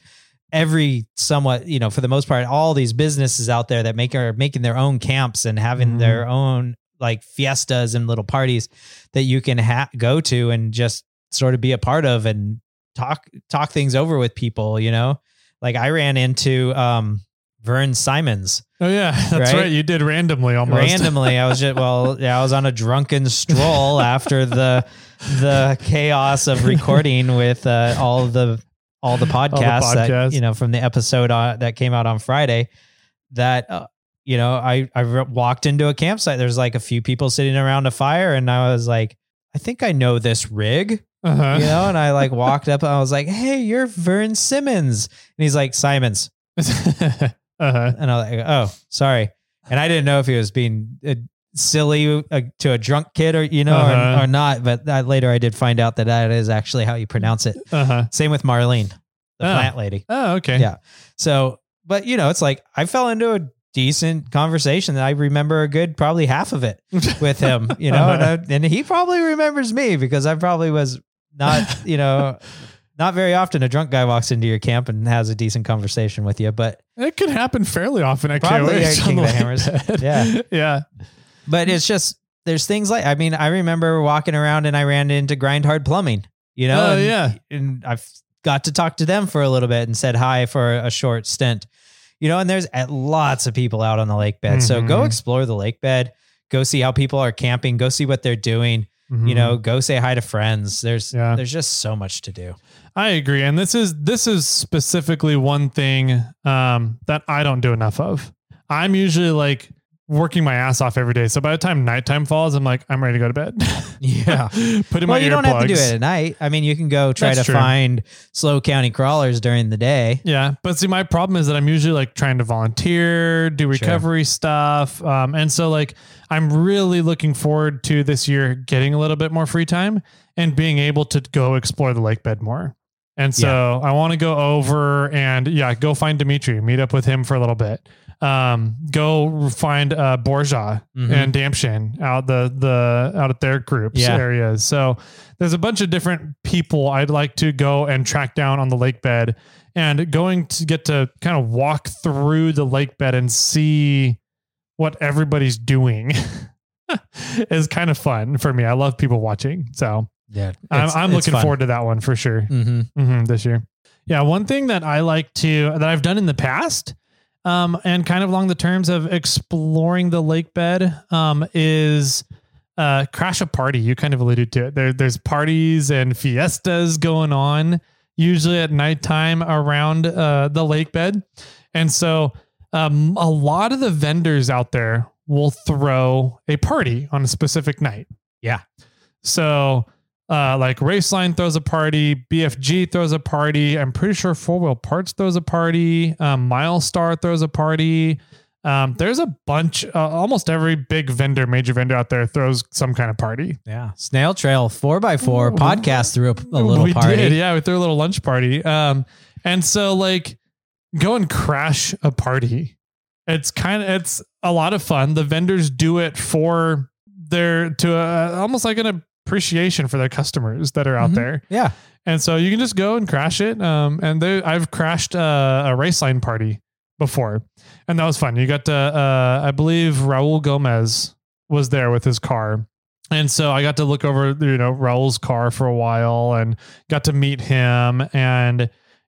[SPEAKER 2] every somewhat you know for the most part all these businesses out there that make are making their own camps and having
[SPEAKER 1] Mhm.
[SPEAKER 2] their own like fiestas and little parties that you can ha- go to and just sort of be a part of and talk talk things over with people you know like i ran into um vern simons
[SPEAKER 1] Oh yeah, that's
[SPEAKER 2] Right?
[SPEAKER 1] right. You did randomly almost.
[SPEAKER 2] randomly i was just well yeah, i was on a drunken stroll after the the chaos of recording with uh, all the all the podcasts that
[SPEAKER 1] podcasts.
[SPEAKER 2] you know from the episode on, that came out on friday that uh, you know i i re- walked into a campsite there's like a few people sitting around a fire and i was like i think i know this rig
[SPEAKER 1] Uh-huh.
[SPEAKER 2] you know, and I like walked up and I was like, Hey, you're Vern Simmons. And he's like, Simons.
[SPEAKER 1] uh-huh.
[SPEAKER 2] And I was like, Oh, sorry. And I didn't know if he was being uh, silly uh, to a drunk kid or, you know,
[SPEAKER 1] Uh-huh.
[SPEAKER 2] or, or not. But that, later I did find out that that is actually how you pronounce it.
[SPEAKER 1] Uh-huh.
[SPEAKER 2] Same with Marlene, the
[SPEAKER 1] Oh.
[SPEAKER 2] plant lady.
[SPEAKER 1] Oh, okay.
[SPEAKER 2] Yeah. So, but you know, it's like I fell into a decent conversation that I remember a good probably half of it with him, you know, and, I, and he probably remembers me because I probably was not, you know, not very often a drunk guy walks into your camp and has a decent conversation with you, but
[SPEAKER 1] It could happen fairly often. I can't
[SPEAKER 2] Probably
[SPEAKER 1] wait.
[SPEAKER 2] at King of the Hammers. Yeah.
[SPEAKER 1] Yeah.
[SPEAKER 2] but it's just there's things like I mean I remember walking around and I ran into Grind Hard Plumbing, you know,
[SPEAKER 1] Oh,
[SPEAKER 2] and,
[SPEAKER 1] yeah.
[SPEAKER 2] and I've got to talk to them for a little bit and said hi for a short stint, you know, and there's at lots of people out on the lake bed, so go
[SPEAKER 1] Mhm.
[SPEAKER 2] explore the lake bed, go see how people are camping, go see what they're doing, you
[SPEAKER 1] Mhm.
[SPEAKER 2] know, go say hi to friends. There's
[SPEAKER 1] Yeah.
[SPEAKER 2] there's just so much to do.
[SPEAKER 1] I agree. And this is this is specifically one thing um that I don't do enough of. I'm usually like working my ass off every day. So by the time nighttime falls, I'm like, I'm ready to go to bed.
[SPEAKER 2] Yeah.
[SPEAKER 1] Putting my
[SPEAKER 2] well, you don't have to do
[SPEAKER 1] earplugs.
[SPEAKER 2] it at night. I mean, you can go try
[SPEAKER 1] That's
[SPEAKER 2] to
[SPEAKER 1] true.
[SPEAKER 2] find slow county crawlers during the day.
[SPEAKER 1] Yeah, but see, my problem is that I'm usually like trying to volunteer, do recovery stuff, um, and so like I'm really looking forward to this year getting a little bit more free time and being able to go explore the lake bed more. And so I want to go over and yeah, go find Dimitri, meet up with him for a little bit. Um, go find uh, Borja
[SPEAKER 2] Mhm.
[SPEAKER 1] and Dampshin out the the out at their groups
[SPEAKER 2] Yeah.
[SPEAKER 1] areas. So there's a bunch of different people I'd like to go and track down on the lake bed, and going to get to kind of walk through the lake bed and see what everybody's doing is kind of fun for me. I love people watching, so
[SPEAKER 2] Yeah,
[SPEAKER 1] I'm, I'm looking forward to that one for sure
[SPEAKER 2] Mm-hmm.
[SPEAKER 1] hmm this year. Yeah, one thing that I like to that I've done in the past, um, and kind of along the terms of exploring the lake bed, um, is uh, crash a party. You kind of alluded to it. There, there's parties and fiestas going on usually at nighttime around uh, the lake bed, and so um, a lot of the vendors out there will throw a party on a specific night.
[SPEAKER 2] Yeah.
[SPEAKER 1] So uh, like Raceline throws a party, BFG throws a party. I'm pretty sure Four Wheel Parts throws a party. Um, Milestar throws a party. Um, there's a bunch, uh, almost every big vendor, major vendor out there throws some kind of party.
[SPEAKER 2] Yeah. Snail Trail 4x4
[SPEAKER 1] Ooh.
[SPEAKER 2] podcast threw a, a little
[SPEAKER 1] we
[SPEAKER 2] party.
[SPEAKER 1] Did, yeah, we threw a little lunch party. Um, and so like go and crash a party. It's kind of it's a lot of fun. The vendors do it for their to uh almost like an appreciation for their customers that are out
[SPEAKER 2] Mhm.
[SPEAKER 1] there.
[SPEAKER 2] Yeah.
[SPEAKER 1] And so you can just go and crash it. Um, and they, I've crashed uh, a race line party before, and that was fun. You got to, uh, I believe Raul Gomez was there with his car. And so I got to look over, you know, Raul's car for a while and got to meet him. And,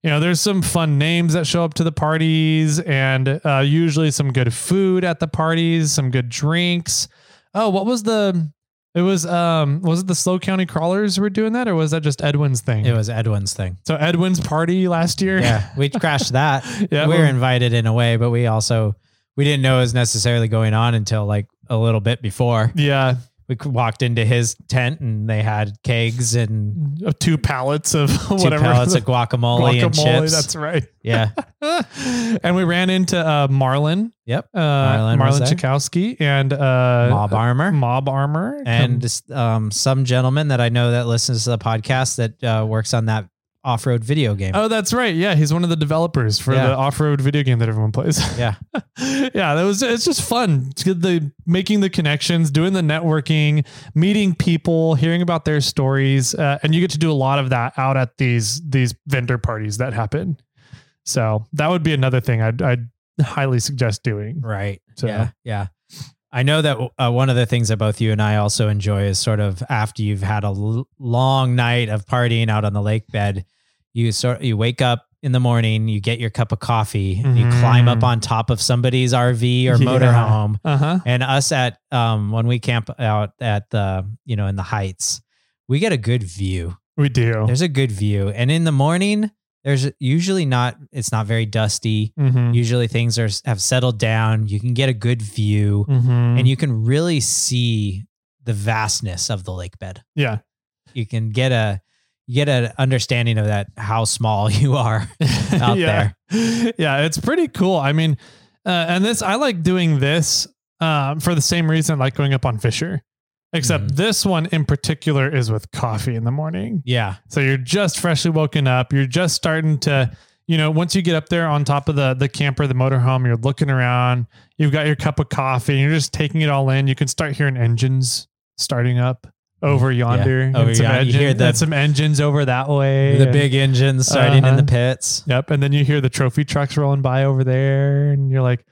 [SPEAKER 1] you know, there's some fun names that show up to the parties and uh, usually some good food at the parties, some good drinks. Oh, what was the, it was, um, was it the Slow County Crawlers were doing that or was that just Edwin's thing?
[SPEAKER 2] It was Edwin's thing.
[SPEAKER 1] So Edwin's party last year.
[SPEAKER 2] Yeah. We crashed that.
[SPEAKER 1] Yeah.
[SPEAKER 2] we were invited in a way, but we also, we didn't know it was necessarily going on until like a little bit before.
[SPEAKER 1] yeah.
[SPEAKER 2] We walked into his tent and they had kegs and
[SPEAKER 1] Uh, Two pallets of
[SPEAKER 2] two
[SPEAKER 1] whatever.
[SPEAKER 2] pallets of guacamole, and
[SPEAKER 1] Guacamole,
[SPEAKER 2] chips.
[SPEAKER 1] That's right.
[SPEAKER 2] yeah.
[SPEAKER 1] and we ran into uh, Marlon.
[SPEAKER 2] Yep.
[SPEAKER 1] Uh,
[SPEAKER 2] Marlon
[SPEAKER 1] Marlon,
[SPEAKER 2] was there.
[SPEAKER 1] Chakowski and uh,
[SPEAKER 2] Mob armor.
[SPEAKER 1] Mob Armor.
[SPEAKER 2] and um, some gentleman that I know that listens to the podcast that uh, works on that off-road video game.
[SPEAKER 1] Oh, that's right. Yeah, he's one of the developers for
[SPEAKER 2] Yeah.
[SPEAKER 1] the off-road video game that everyone plays.
[SPEAKER 2] Yeah.
[SPEAKER 1] yeah, that was it's just fun. It's good, the making the connections, doing the networking, meeting people, hearing about their stories, uh, and you get to do a lot of that out at these these vendor parties that happen. So that would be another thing I'd, I'd highly suggest doing.
[SPEAKER 2] Right.
[SPEAKER 1] So-
[SPEAKER 2] Yeah. Yeah. I know that uh, one of the things that both you and I also enjoy is sort of after you've had a l- long night of partying out on the lake bed, you sort you wake up in the morning, you get your cup of coffee, and you climb up
[SPEAKER 1] Mhm.
[SPEAKER 2] on top of somebody's RV
[SPEAKER 1] Yeah.
[SPEAKER 2] or motorhome.
[SPEAKER 1] Uh huh.
[SPEAKER 2] And us at um when we camp out at the you know in the heights, we get a good view.
[SPEAKER 1] We do.
[SPEAKER 2] There's a good view, and in the morning, there's usually not. It's not very dusty.
[SPEAKER 1] Mm-hmm.
[SPEAKER 2] Usually things are have settled down. You can get a good view
[SPEAKER 1] Mm-hmm.
[SPEAKER 2] and you can really see the vastness of the lake bed.
[SPEAKER 1] yeah.
[SPEAKER 2] You can get a you get an understanding of that how small you are out
[SPEAKER 1] yeah. Yeah, it's pretty cool. I mean, uh, and this I like doing this um, for the same reason I like going up on Fisher, except
[SPEAKER 2] Mhm.
[SPEAKER 1] this one in particular is with coffee in the morning.
[SPEAKER 2] Yeah.
[SPEAKER 1] So you're just freshly woken up. You're just starting to, you know, once you get up there on top of the the camper, the motorhome, you're looking around. You've got your cup of coffee. And you're just taking it all in. You can start hearing engines starting up over yonder.
[SPEAKER 2] over
[SPEAKER 1] and some
[SPEAKER 2] yonder. You
[SPEAKER 1] engine-
[SPEAKER 2] hear the-
[SPEAKER 1] and some engines over that way.
[SPEAKER 2] The
[SPEAKER 1] and-
[SPEAKER 2] big engine starting in
[SPEAKER 1] Uh-huh.
[SPEAKER 2] the pits.
[SPEAKER 1] Yep. And then you hear the trophy trucks rolling by over there, and you're like,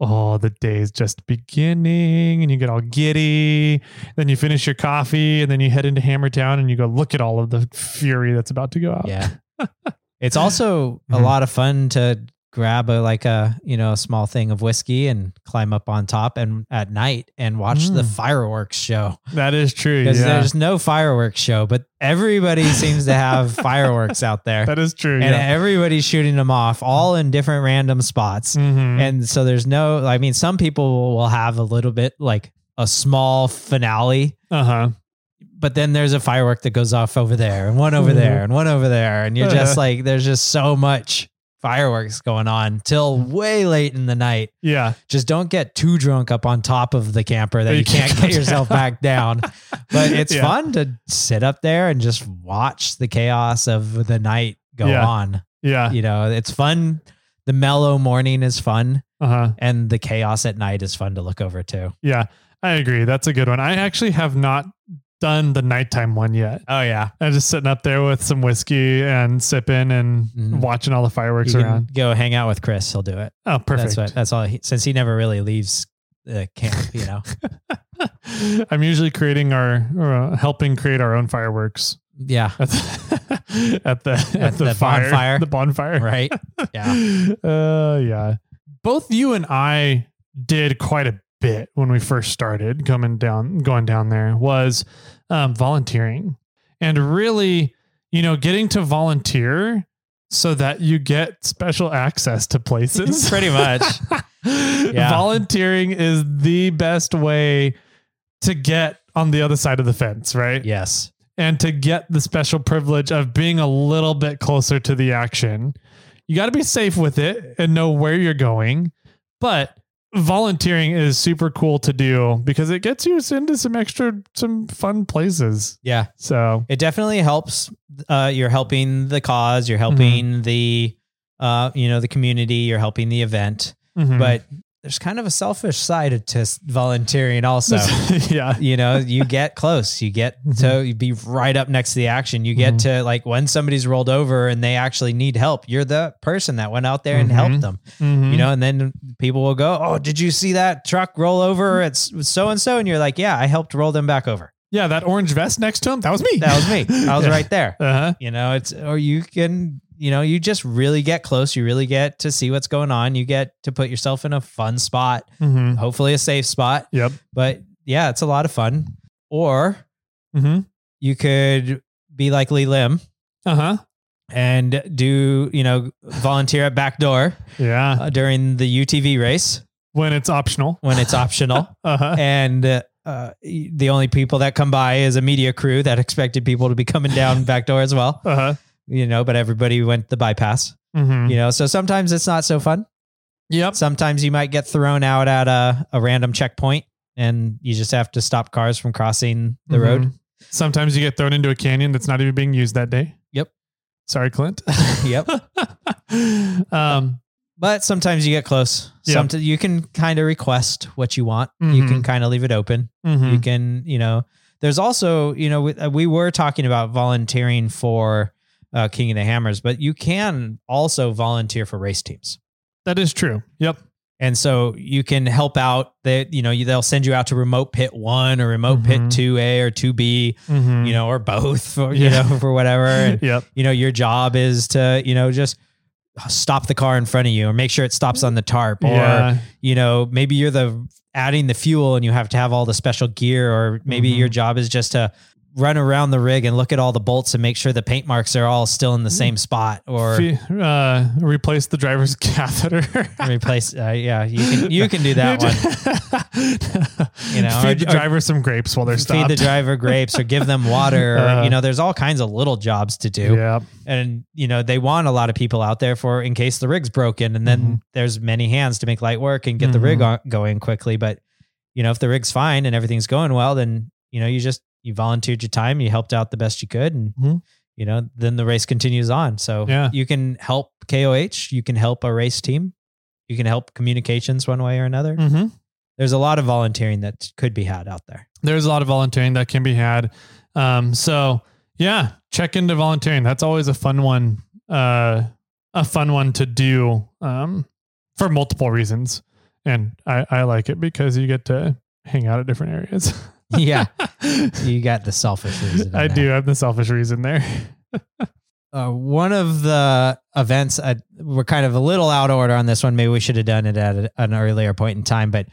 [SPEAKER 1] oh, the day's just beginning. And you get all giddy. Then you finish your coffee, and then you head into Hammertown and you go look at all of the fury that's about to go out.
[SPEAKER 2] Yeah. it's also a
[SPEAKER 1] Mhm.
[SPEAKER 2] lot of fun to grab a like a, you know, a small thing of whiskey and climb up on top and at night and watch the
[SPEAKER 1] Mm.
[SPEAKER 2] fireworks show.
[SPEAKER 1] That is true.
[SPEAKER 2] Because
[SPEAKER 1] Yeah.
[SPEAKER 2] there's no fireworks show, but everybody seems to have fireworks out there.
[SPEAKER 1] That is true.
[SPEAKER 2] and
[SPEAKER 1] yeah.
[SPEAKER 2] everybody's shooting them off all in different random spots.
[SPEAKER 1] Mhm.
[SPEAKER 2] And so there's no, I mean, some people will have a little bit like a small finale,
[SPEAKER 1] uh-huh.
[SPEAKER 2] but then there's a firework that goes off over there and one over
[SPEAKER 1] Mhm.
[SPEAKER 2] there and one over there. And you're just
[SPEAKER 1] Uh-huh.
[SPEAKER 2] like, there's just so much fireworks going on till way late in the night.
[SPEAKER 1] Yeah.
[SPEAKER 2] Just don't get too drunk up on top of the camper that
[SPEAKER 1] You
[SPEAKER 2] you, can't,
[SPEAKER 1] can't
[SPEAKER 2] get
[SPEAKER 1] go
[SPEAKER 2] yourself
[SPEAKER 1] down.
[SPEAKER 2] back down. But it's
[SPEAKER 1] Yeah.
[SPEAKER 2] fun to sit up there and just watch the chaos of the night go
[SPEAKER 1] Yeah. Uh.
[SPEAKER 2] on.
[SPEAKER 1] Yeah.
[SPEAKER 2] You know, it's fun. The mellow morning is fun,
[SPEAKER 1] Uh huh.
[SPEAKER 2] and the chaos at night is fun to look over too.
[SPEAKER 1] Yeah. I agree. That's a good one. I actually have not done the nighttime one yet.
[SPEAKER 2] Oh yeah,
[SPEAKER 1] I'm just sitting up there with some whiskey and sipping and
[SPEAKER 2] Mhm.
[SPEAKER 1] watching all the fireworks
[SPEAKER 2] you can
[SPEAKER 1] around.
[SPEAKER 2] go hang out with Chris. He'll do it.
[SPEAKER 1] Oh, perfect.
[SPEAKER 2] That's what. That's all. He, since he never really leaves the camp, you know.
[SPEAKER 1] I'm usually creating our, or, uh, helping create our own fireworks
[SPEAKER 2] yeah.
[SPEAKER 1] at the at the, at
[SPEAKER 2] At
[SPEAKER 1] the,
[SPEAKER 2] the
[SPEAKER 1] fire,
[SPEAKER 2] bonfire.
[SPEAKER 1] the bonfire.
[SPEAKER 2] Right. Yeah.
[SPEAKER 1] Uh, yeah. Both you and I did quite a bit when we first started coming down, going down there was um, volunteering and really, you know, getting to volunteer so that you get special access to places.
[SPEAKER 2] Pretty much. Yeah.
[SPEAKER 1] Volunteering is the best way to get on the other side of the fence, right?
[SPEAKER 2] Yes.
[SPEAKER 1] and to get the special privilege of being a little bit closer to the action. You got to be safe with it and know where you're going. But volunteering is super cool to do because it gets you into some extra, some fun places.
[SPEAKER 2] Yeah.
[SPEAKER 1] So,
[SPEAKER 2] It definitely helps. Uh, you're helping the cause. You're helping the, uh, you know, the community. You're helping the event.
[SPEAKER 1] mhm.
[SPEAKER 2] But there's kind of a selfish side to s- volunteering, also.
[SPEAKER 1] yeah.
[SPEAKER 2] you know, you get close. You get to be right up next to the action. You get to like when somebody's rolled over and they actually need help. You're the person that went out there and
[SPEAKER 1] Mhm.
[SPEAKER 2] helped them.
[SPEAKER 1] Mhm.
[SPEAKER 2] you know, and then people will go, Oh, did you see that truck roll over? It's so and so. And you're like, Yeah, I helped roll them back over.
[SPEAKER 1] yeah, that orange vest next to him, that was me.
[SPEAKER 2] That was me. I was right there.
[SPEAKER 1] Uh-huh.
[SPEAKER 2] You know, it's, or you can, you know, you just really get close. You really get to see what's going on. You get to put yourself in a fun spot,
[SPEAKER 1] Mhm.
[SPEAKER 2] hopefully a safe spot.
[SPEAKER 1] Yep.
[SPEAKER 2] But yeah, it's a lot of fun. Or
[SPEAKER 1] Mm-hmm.
[SPEAKER 2] you could be like Lee Lim
[SPEAKER 1] Uh huh.
[SPEAKER 2] and do, you know, volunteer at back door
[SPEAKER 1] Yeah.
[SPEAKER 2] uh, during the UTV race
[SPEAKER 1] When it's optional.
[SPEAKER 2] when it's optional.
[SPEAKER 1] Uh huh.
[SPEAKER 2] and uh, uh, the only people that come by is a media crew that expected people to be coming down back door as well,
[SPEAKER 1] Uh huh.
[SPEAKER 2] you know. But everybody went the bypass,
[SPEAKER 1] Mm-hmm.
[SPEAKER 2] you know. So sometimes it's not so fun.
[SPEAKER 1] Yep.
[SPEAKER 2] Sometimes you might get thrown out at a, a random checkpoint, and you just have to stop cars from crossing the road.
[SPEAKER 1] Mhm. Sometimes you get thrown into a canyon that's not even being used that day.
[SPEAKER 2] Yep.
[SPEAKER 1] Sorry, Clint.
[SPEAKER 2] Yep.
[SPEAKER 1] um,
[SPEAKER 2] But sometimes you get close.
[SPEAKER 1] Yeah.
[SPEAKER 2] Sometimes you can kind of request what you want. You
[SPEAKER 1] Mhm.
[SPEAKER 2] can kind of leave it open.
[SPEAKER 1] mhm.
[SPEAKER 2] you can you know there's also you know we, uh, we were talking about volunteering for uh, king of the hammers but you can also volunteer for race teams
[SPEAKER 1] That is true. Yep.
[SPEAKER 2] and so you can help out that you know you, they'll send you out to remote pit one or remote
[SPEAKER 1] Mhm.
[SPEAKER 2] pit 2a or 2b
[SPEAKER 1] Mhm.
[SPEAKER 2] you know or both for,
[SPEAKER 1] Yeah.
[SPEAKER 2] you know for whatever and
[SPEAKER 1] Yep.
[SPEAKER 2] you know your job is to you know just stop the car in front of you or make sure it stops on the tarp or
[SPEAKER 1] yeah.
[SPEAKER 2] you know, maybe you're the adding the fuel and you have to have all the special gear, or maybe
[SPEAKER 1] Mhm.
[SPEAKER 2] your job is just to run around the rig and look at all the bolts and make sure the paint marks are all still in the same spot or
[SPEAKER 1] Mm-hmm. Fe- uh, replace the driver's catheter.
[SPEAKER 2] replace. Uh, yeah, you can, you can do that
[SPEAKER 1] You
[SPEAKER 2] one.
[SPEAKER 1] ju-
[SPEAKER 2] You know,
[SPEAKER 1] feed
[SPEAKER 2] or-
[SPEAKER 1] the
[SPEAKER 2] or-
[SPEAKER 1] driver some grapes while they're
[SPEAKER 2] Feed
[SPEAKER 1] stopped.
[SPEAKER 2] the driver grapes or give them water. Or,
[SPEAKER 1] Uh,
[SPEAKER 2] you know, there's all kinds of little jobs to do.
[SPEAKER 1] Yep.
[SPEAKER 2] And, you know, they want a lot of people out there for in case the rig's broken. And then
[SPEAKER 1] Mhm.
[SPEAKER 2] there's many hands to make light work and get the rig
[SPEAKER 1] Mm-hmm.
[SPEAKER 2] on, going quickly. But, you know, if the rig's fine and everything's going well, then, you know, you just, you volunteered your time, you helped out the best you could. And,
[SPEAKER 1] Mhm.
[SPEAKER 2] you know, then the race continues on. So
[SPEAKER 1] Yeah.
[SPEAKER 2] you can help KOH, you can help a race team, you can help communications one way or another.
[SPEAKER 1] Mm-hmm.
[SPEAKER 2] There's a lot of volunteering that could be had out there.
[SPEAKER 1] there's a lot of volunteering that can be had. Um, so yeah, check into volunteering. That's always a fun one. Uh, a fun one to do um, for multiple reasons, and I, I like it because you get to hang out at different areas.
[SPEAKER 2] yeah. You got the selfish reason. in
[SPEAKER 1] I
[SPEAKER 2] there.
[SPEAKER 1] do have the selfish reason there.
[SPEAKER 2] uh, one of the events I, we're kind of a little out of order on this one. Maybe we should have done it at a, an earlier point in time, but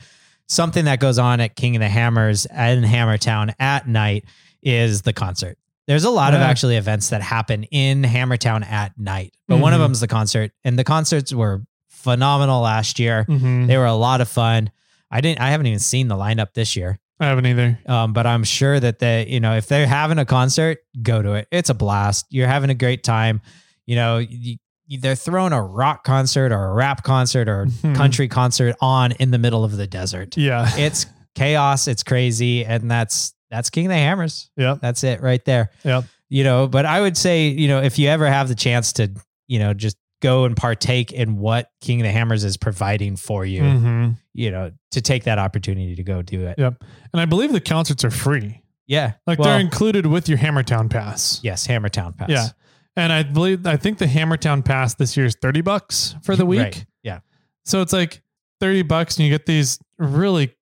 [SPEAKER 2] something that goes on at King of the Hammers and Hammertown at night is the concert. There's a lot of
[SPEAKER 1] Yeah.
[SPEAKER 2] actually events that happen in Hammertown at night, but one of
[SPEAKER 1] Mhm.
[SPEAKER 2] them is the concert, and the concerts were phenomenal last year.
[SPEAKER 1] Mhm.
[SPEAKER 2] They were a lot of fun. I didn't. I haven't even seen the lineup this year,
[SPEAKER 1] I haven't either.
[SPEAKER 2] um, but I'm sure that they, you know, if they're having a concert, go to it. It's a blast. You're having a great time. You know, you, you- they're throwing a rock concert or a rap concert or
[SPEAKER 1] Mhm.
[SPEAKER 2] country concert on in the middle of the desert.
[SPEAKER 1] Yeah.
[SPEAKER 2] It's chaos. It's crazy, and that's that's King of the Hammers.
[SPEAKER 1] Yep.
[SPEAKER 2] That's it right there.
[SPEAKER 1] Yep.
[SPEAKER 2] you know, but I would say, you know, if you ever have the chance to, you know, just go and partake in what King of the Hammers is providing for you,
[SPEAKER 1] Mm-hmm.
[SPEAKER 2] you know, to take that opportunity to go do it.
[SPEAKER 1] Yeah. And I believe the concerts are free.
[SPEAKER 2] Yeah.
[SPEAKER 1] Like
[SPEAKER 2] Well,
[SPEAKER 1] they're included with your Hammertown pass.
[SPEAKER 2] yes, Hammertown Pass.
[SPEAKER 1] Yeah. And I believe I think the Hammertown pass this year is 30 bucks for the week.
[SPEAKER 2] Right. Yeah.
[SPEAKER 1] So it's like 30 bucks and you get these really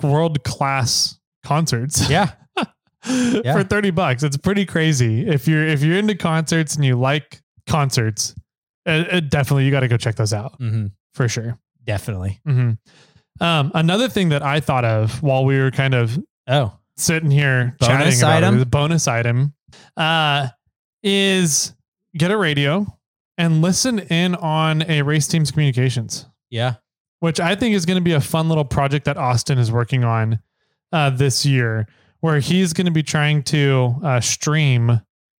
[SPEAKER 1] world class concerts.
[SPEAKER 2] Yeah.
[SPEAKER 1] for 30 bucks. It's pretty crazy. If you're if you're into concerts and you like concerts, it, it definitely you got to go check those out
[SPEAKER 2] hmm
[SPEAKER 1] for sure.
[SPEAKER 2] Definitely.
[SPEAKER 1] hmm Um, another thing that I thought of while we were kind of
[SPEAKER 2] Oh,
[SPEAKER 1] sitting here chatting
[SPEAKER 2] Bonus
[SPEAKER 1] about
[SPEAKER 2] item?
[SPEAKER 1] it, the bonus item uh, is get a radio and listen in on a race team's communications,
[SPEAKER 2] yeah.
[SPEAKER 1] which I think is going to be a fun little project that Austin is working on uh, this year, where he's going to be trying to uh, stream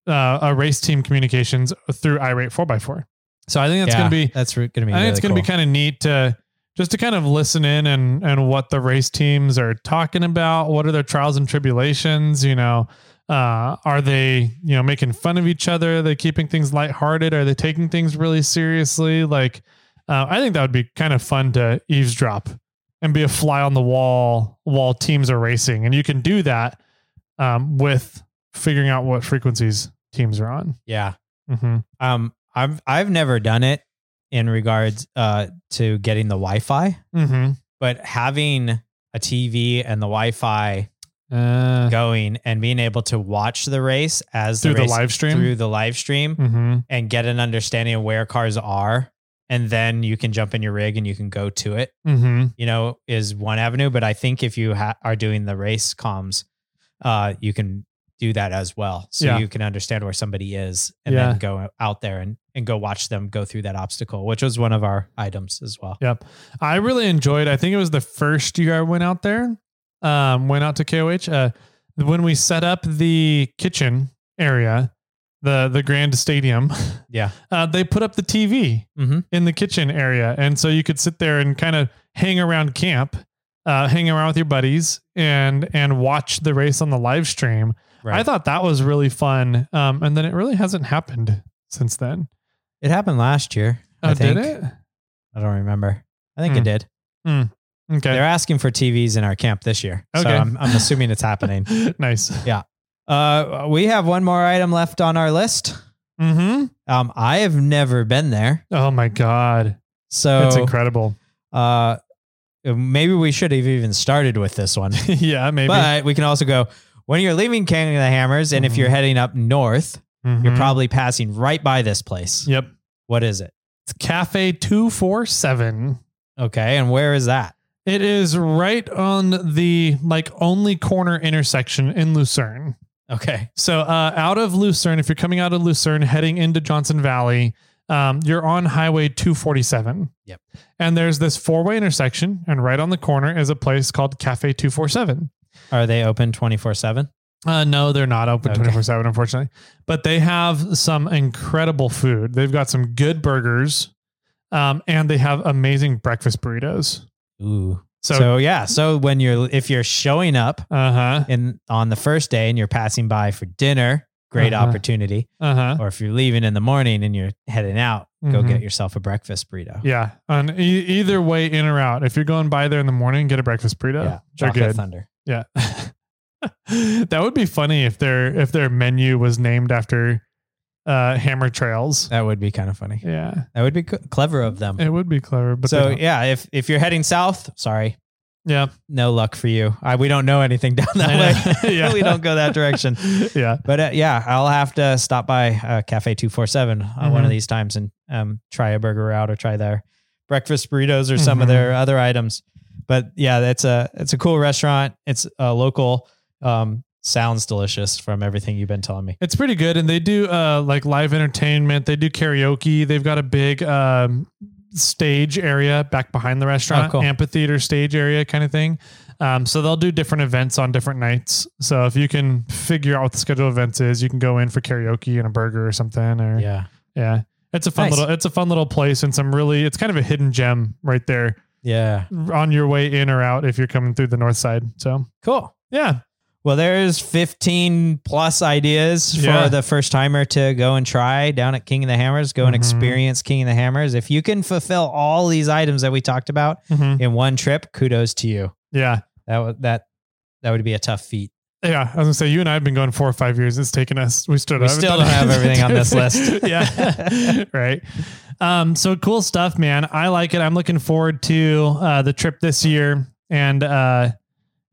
[SPEAKER 1] uh, a race team communications through iRate 4x4. So I think that's
[SPEAKER 2] Yeah.
[SPEAKER 1] going to be
[SPEAKER 2] that's re- gonna be.
[SPEAKER 1] I
[SPEAKER 2] really
[SPEAKER 1] think it's going to be
[SPEAKER 2] cool.
[SPEAKER 1] kind of neat to just to kind of listen in and and what the race teams are talking about. What are their trials and tribulations? You know, uh, are they you know making fun of each other? Are they keeping things lighthearted? Are they taking things really seriously? Like, uh, I think that would be kind of fun to eavesdrop and be a fly on the wall while teams are racing, and you can do that um, with figuring out what frequencies teams are on.
[SPEAKER 2] yeah.
[SPEAKER 1] hmm
[SPEAKER 2] Um, I've I've never done it in regards uh to getting the Wi-Fi,
[SPEAKER 1] hmm
[SPEAKER 2] but having a TV and the Wi-Fi
[SPEAKER 1] Uh,
[SPEAKER 2] going and being able to watch the race as
[SPEAKER 1] through
[SPEAKER 2] the,
[SPEAKER 1] the
[SPEAKER 2] race,
[SPEAKER 1] live stream.
[SPEAKER 2] through the live stream
[SPEAKER 1] hmm
[SPEAKER 2] and get an understanding of where cars are, and then you can jump in your rig and you can go to it.
[SPEAKER 1] hmm
[SPEAKER 2] you know, is one avenue. But I think if you ha- are doing the race comms, uh, you can do that as well. So
[SPEAKER 1] Yeah.
[SPEAKER 2] you can understand where somebody is and
[SPEAKER 1] Yeah.
[SPEAKER 2] then go out there and, and go watch them go through that obstacle, which was one of our items as well.
[SPEAKER 1] Yep. I really enjoyed. I think it was the first year I went out there. Um, went out to KOH. Uh, when we set up the kitchen area, the the grand stadium,
[SPEAKER 2] Yeah.
[SPEAKER 1] uh, they put up the TV
[SPEAKER 2] Mhm.
[SPEAKER 1] in the kitchen area, and so you could sit there and kind of hang around camp, uh, hang around with your buddies, and and watch the race on the live stream. I
[SPEAKER 2] Right.
[SPEAKER 1] thought that was really fun. Um, and then it really hasn't happened since then.
[SPEAKER 2] it happened last year.
[SPEAKER 1] Oh,
[SPEAKER 2] I think.
[SPEAKER 1] did it?
[SPEAKER 2] I don't remember. I think
[SPEAKER 1] Hmm.
[SPEAKER 2] it did. They're
[SPEAKER 1] Okay.
[SPEAKER 2] asking for TVs in our camp this year. So
[SPEAKER 1] Okay.
[SPEAKER 2] I'm, I'm assuming it's happening.
[SPEAKER 1] nice.
[SPEAKER 2] Uh, we have one more item left on our list.
[SPEAKER 1] Mm-hmm.
[SPEAKER 2] Um, I have never been there.
[SPEAKER 1] Oh my god,
[SPEAKER 2] So
[SPEAKER 1] that's incredible.
[SPEAKER 2] Uh, maybe we should have even started with this one,
[SPEAKER 1] yeah, maybe.
[SPEAKER 2] but we can also go when you're leaving King of the Hammers, and if
[SPEAKER 1] Mhm.
[SPEAKER 2] you're heading up north,
[SPEAKER 1] Mhm.
[SPEAKER 2] you're probably passing right by this place.
[SPEAKER 1] yep.
[SPEAKER 2] What is it?
[SPEAKER 1] It's Cafe Two Four Seven.
[SPEAKER 2] Okay, and where is that?
[SPEAKER 1] It is right on the like only corner intersection in Lucerne.
[SPEAKER 2] Okay,
[SPEAKER 1] So uh, out of Lucerne, if you're coming out of Lucerne, heading into Johnson Valley, um, you're on Highway 247.
[SPEAKER 2] Yep.
[SPEAKER 1] And there's this four-way intersection, and right on the corner is a place called Cafe 247.
[SPEAKER 2] are they open twenty four seven?
[SPEAKER 1] Uh, no, they're not open
[SPEAKER 2] Okay.
[SPEAKER 1] twenty four seven, unfortunately. But they have some incredible food. They've got some good burgers, um, and they have amazing breakfast burritos.
[SPEAKER 2] Ooh.
[SPEAKER 1] So,
[SPEAKER 2] So, yeah, so when you're if you're showing up
[SPEAKER 1] uh huh,
[SPEAKER 2] in on the first day and you're passing by for dinner, great
[SPEAKER 1] Uh-huh.
[SPEAKER 2] opportunity.
[SPEAKER 1] uh huh,
[SPEAKER 2] Or if you're leaving in the morning and you're heading out, go
[SPEAKER 1] Mhm.
[SPEAKER 2] get yourself a breakfast burrito.
[SPEAKER 1] yeah. On e- either way, in or out. If you're going by there in the morning, get a breakfast burrito.
[SPEAKER 2] yeah.
[SPEAKER 1] they're
[SPEAKER 2] Chocolate
[SPEAKER 1] good.
[SPEAKER 2] thunder.
[SPEAKER 1] Yeah. that would be funny if their if their menu was named after uh, Hammer Trails.
[SPEAKER 2] That would be kind of funny.
[SPEAKER 1] Yeah,
[SPEAKER 2] That would be co- clever of them.
[SPEAKER 1] it would be clever. But
[SPEAKER 2] so
[SPEAKER 1] so
[SPEAKER 2] yeah, if if you're heading south, sorry,
[SPEAKER 1] yeah,
[SPEAKER 2] no luck for you. I, we don't know anything down that
[SPEAKER 1] I know.
[SPEAKER 2] way.
[SPEAKER 1] Yeah.
[SPEAKER 2] we don't go that direction.
[SPEAKER 1] yeah,
[SPEAKER 2] But uh, yeah, I'll have to stop by uh, Cafe Two Four Seven on one
[SPEAKER 1] Mhm.
[SPEAKER 2] of these times and um, try a burger out or try their breakfast burritos or some
[SPEAKER 1] Mhm.
[SPEAKER 2] of their other items. But yeah, that's a it's a cool restaurant. It's a local. Um, sounds delicious from everything you've been telling me.
[SPEAKER 1] It's pretty good, and they do uh like live entertainment. They do karaoke. They've got a big um stage area back behind the restaurant,
[SPEAKER 2] Oh, cool.
[SPEAKER 1] amphitheater stage area kind of thing. Um, so they'll do different events on different nights. So if you can figure out what the schedule of events is, you can go in for karaoke and a burger or something. Or yeah,
[SPEAKER 2] Yeah,
[SPEAKER 1] it's a fun
[SPEAKER 2] Nice.
[SPEAKER 1] little it's a fun little place and some really it's kind of a hidden gem right there
[SPEAKER 2] yeah,
[SPEAKER 1] on your way in or out if you're coming through the north side. So
[SPEAKER 2] cool.
[SPEAKER 1] yeah,
[SPEAKER 2] Well, there's 15 plus ideas for
[SPEAKER 1] Yeah.
[SPEAKER 2] the first timer to go and try down at King of the Hammers. Go and
[SPEAKER 1] Mhm.
[SPEAKER 2] experience King of the Hammers. If you can fulfill all these items that we talked about
[SPEAKER 1] Mhm.
[SPEAKER 2] in one trip, kudos to you.
[SPEAKER 1] Yeah.
[SPEAKER 2] That would that that would be a tough feat.
[SPEAKER 1] Yeah. I was going to say, you and I have been going four or five years. It's taken us, we still,
[SPEAKER 2] We still don't have everything on this list.
[SPEAKER 1] yeah. right. Um, so cool stuff, man. I like it. I'm looking forward to uh, the trip this year. And uh,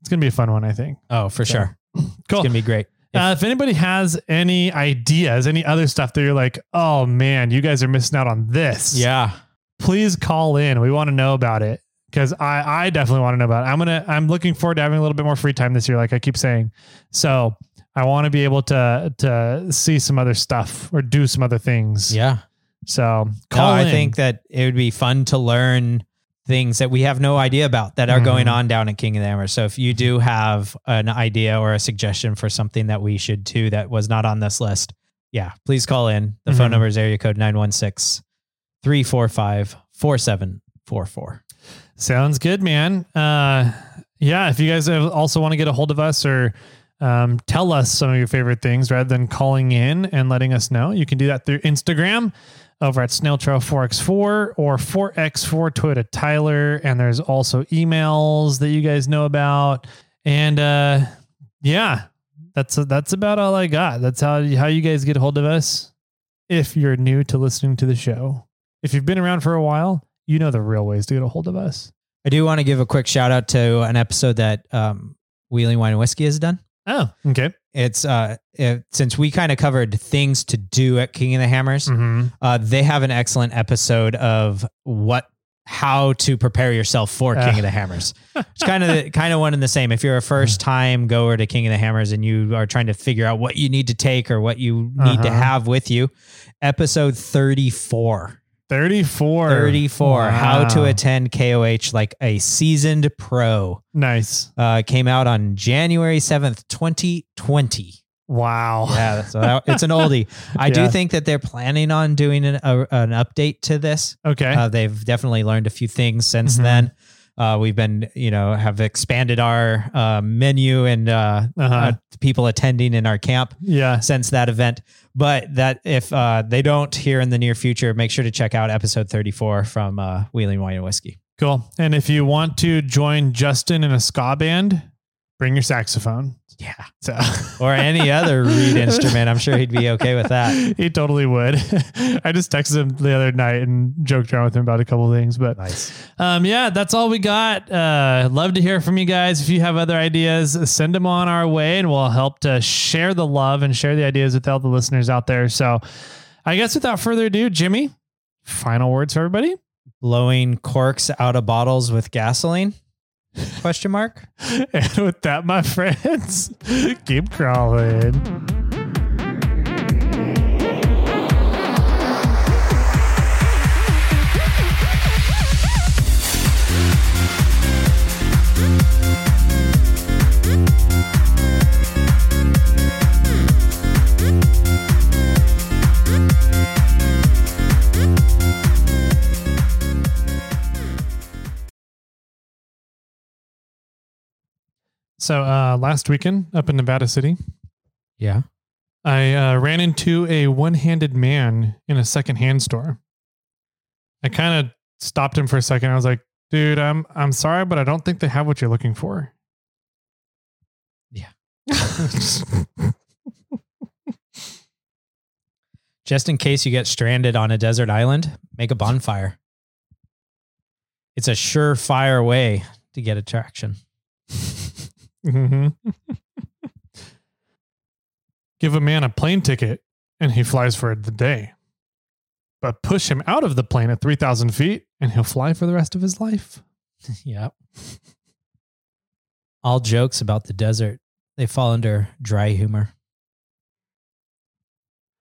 [SPEAKER 1] it's going to be a fun one, I think.
[SPEAKER 2] Oh, for
[SPEAKER 1] So,
[SPEAKER 2] sure. It's
[SPEAKER 1] Cool.
[SPEAKER 2] gonna be great.
[SPEAKER 1] Uh, if anybody has any ideas, any other stuff that you're like, oh man, you guys are missing out on this.
[SPEAKER 2] Yeah.
[SPEAKER 1] Please call in. We want to know about it because I, I definitely want to know about it. I'm going to, I'm looking forward to having a little bit more free time this year. Like I keep saying. So I want to be able to, to see some other stuff or do some other things.
[SPEAKER 2] Yeah.
[SPEAKER 1] So
[SPEAKER 2] No,
[SPEAKER 1] call in.
[SPEAKER 2] I think that it would be fun to learn things that we have no idea about that are going
[SPEAKER 1] Mhm.
[SPEAKER 2] on down at King of the Hammer. So if you do have an idea or a suggestion for something that we should do that was not on this list, yeah, please call in. The phone
[SPEAKER 1] Mhm.
[SPEAKER 2] number is area code 916 345 4744.
[SPEAKER 1] Sounds good, man. Uh, yeah, if you guys have- also want to get a hold of us or um, tell us some of your favorite things rather than calling in and letting us know, you can do that through Instagram over at Snail Trail 4x4 or 4x4 Toyota Tyler. And there's also emails that you guys know about. And uh, yeah, that's that's about all I got. That's how how you guys get a hold of us. If you're new to listening to the show, if you've been around for a while, you know the real ways to get a hold of us.
[SPEAKER 2] I do want to give a quick shout out to an episode that um, Wheeling Wine and Whiskey has done.
[SPEAKER 1] Oh, okay.
[SPEAKER 2] It's uh, it, since we kind of covered things to do at King of the Hammers,
[SPEAKER 1] Mm-hmm.
[SPEAKER 2] Uh, they have an excellent episode of what how to prepare yourself for King
[SPEAKER 1] Ah.
[SPEAKER 2] of the Hammers. It's kind of kind of one and the same. If you're a first
[SPEAKER 1] Hmm.
[SPEAKER 2] time goer to King of the Hammers and you are trying to figure out what you need to take or what you need to
[SPEAKER 1] Uh-huh.
[SPEAKER 2] have with you, episode 34.
[SPEAKER 1] 34.
[SPEAKER 2] 34 how to
[SPEAKER 1] Wow.
[SPEAKER 2] attend KOH like a seasoned pro.
[SPEAKER 1] Nice.
[SPEAKER 2] Uh came out on January 7th, 2020.
[SPEAKER 1] Wow.
[SPEAKER 2] Yeah, so that, it's an oldie. I
[SPEAKER 1] Yeah.
[SPEAKER 2] do think that they're planning on doing an, a, an update to this.
[SPEAKER 1] Okay.
[SPEAKER 2] Uh, they've definitely learned a few things since
[SPEAKER 1] Mhm.
[SPEAKER 2] then. Uh, we've been, you know, have expanded our uh, menu and uh,
[SPEAKER 1] Uh-huh.
[SPEAKER 2] uh, people attending in our camp
[SPEAKER 1] yeah.
[SPEAKER 2] since that event. But that if uh, they don't here in the near future, make sure to check out episode 34 from uh, Wheeling Wine and Whiskey.
[SPEAKER 1] Cool. And if you want to join Justin in a ska band, bring your saxophone.
[SPEAKER 2] Yeah.
[SPEAKER 1] So
[SPEAKER 2] Or any other reed instrument. I'm sure he'd be okay with that.
[SPEAKER 1] he totally would. I just texted him the other night and joked around with him about a couple of things, but
[SPEAKER 2] Nice.
[SPEAKER 1] Um, yeah, that's all we got. Uh, love to hear from you guys. If you have other ideas, send them on our way and we'll help to share the love and share the ideas with all the listeners out there. So I guess without further ado, Jimmy, final words for everybody.
[SPEAKER 2] blowing corks out of bottles with gasoline? Question mark.
[SPEAKER 1] And with that, my friends, keep crawling. So uh, last weekend up in Nevada City,
[SPEAKER 2] Yeah.
[SPEAKER 1] I uh, ran into a one-handed man in a secondhand store. I kind of stopped him for a second. I was like, "Dude, I'm I'm sorry, but I don't think they have what you're looking for."
[SPEAKER 2] Yeah.
[SPEAKER 1] yeah,
[SPEAKER 2] Just in case you get stranded on a desert island, make a bonfire. It's a surefire way to get attraction.
[SPEAKER 1] hmm Give a man a plane ticket and he flies for the day. But push him out of the plane at 3,000 feet and he'll fly for the rest of his life.
[SPEAKER 2] yep. All jokes about the desert, they fall under dry humor.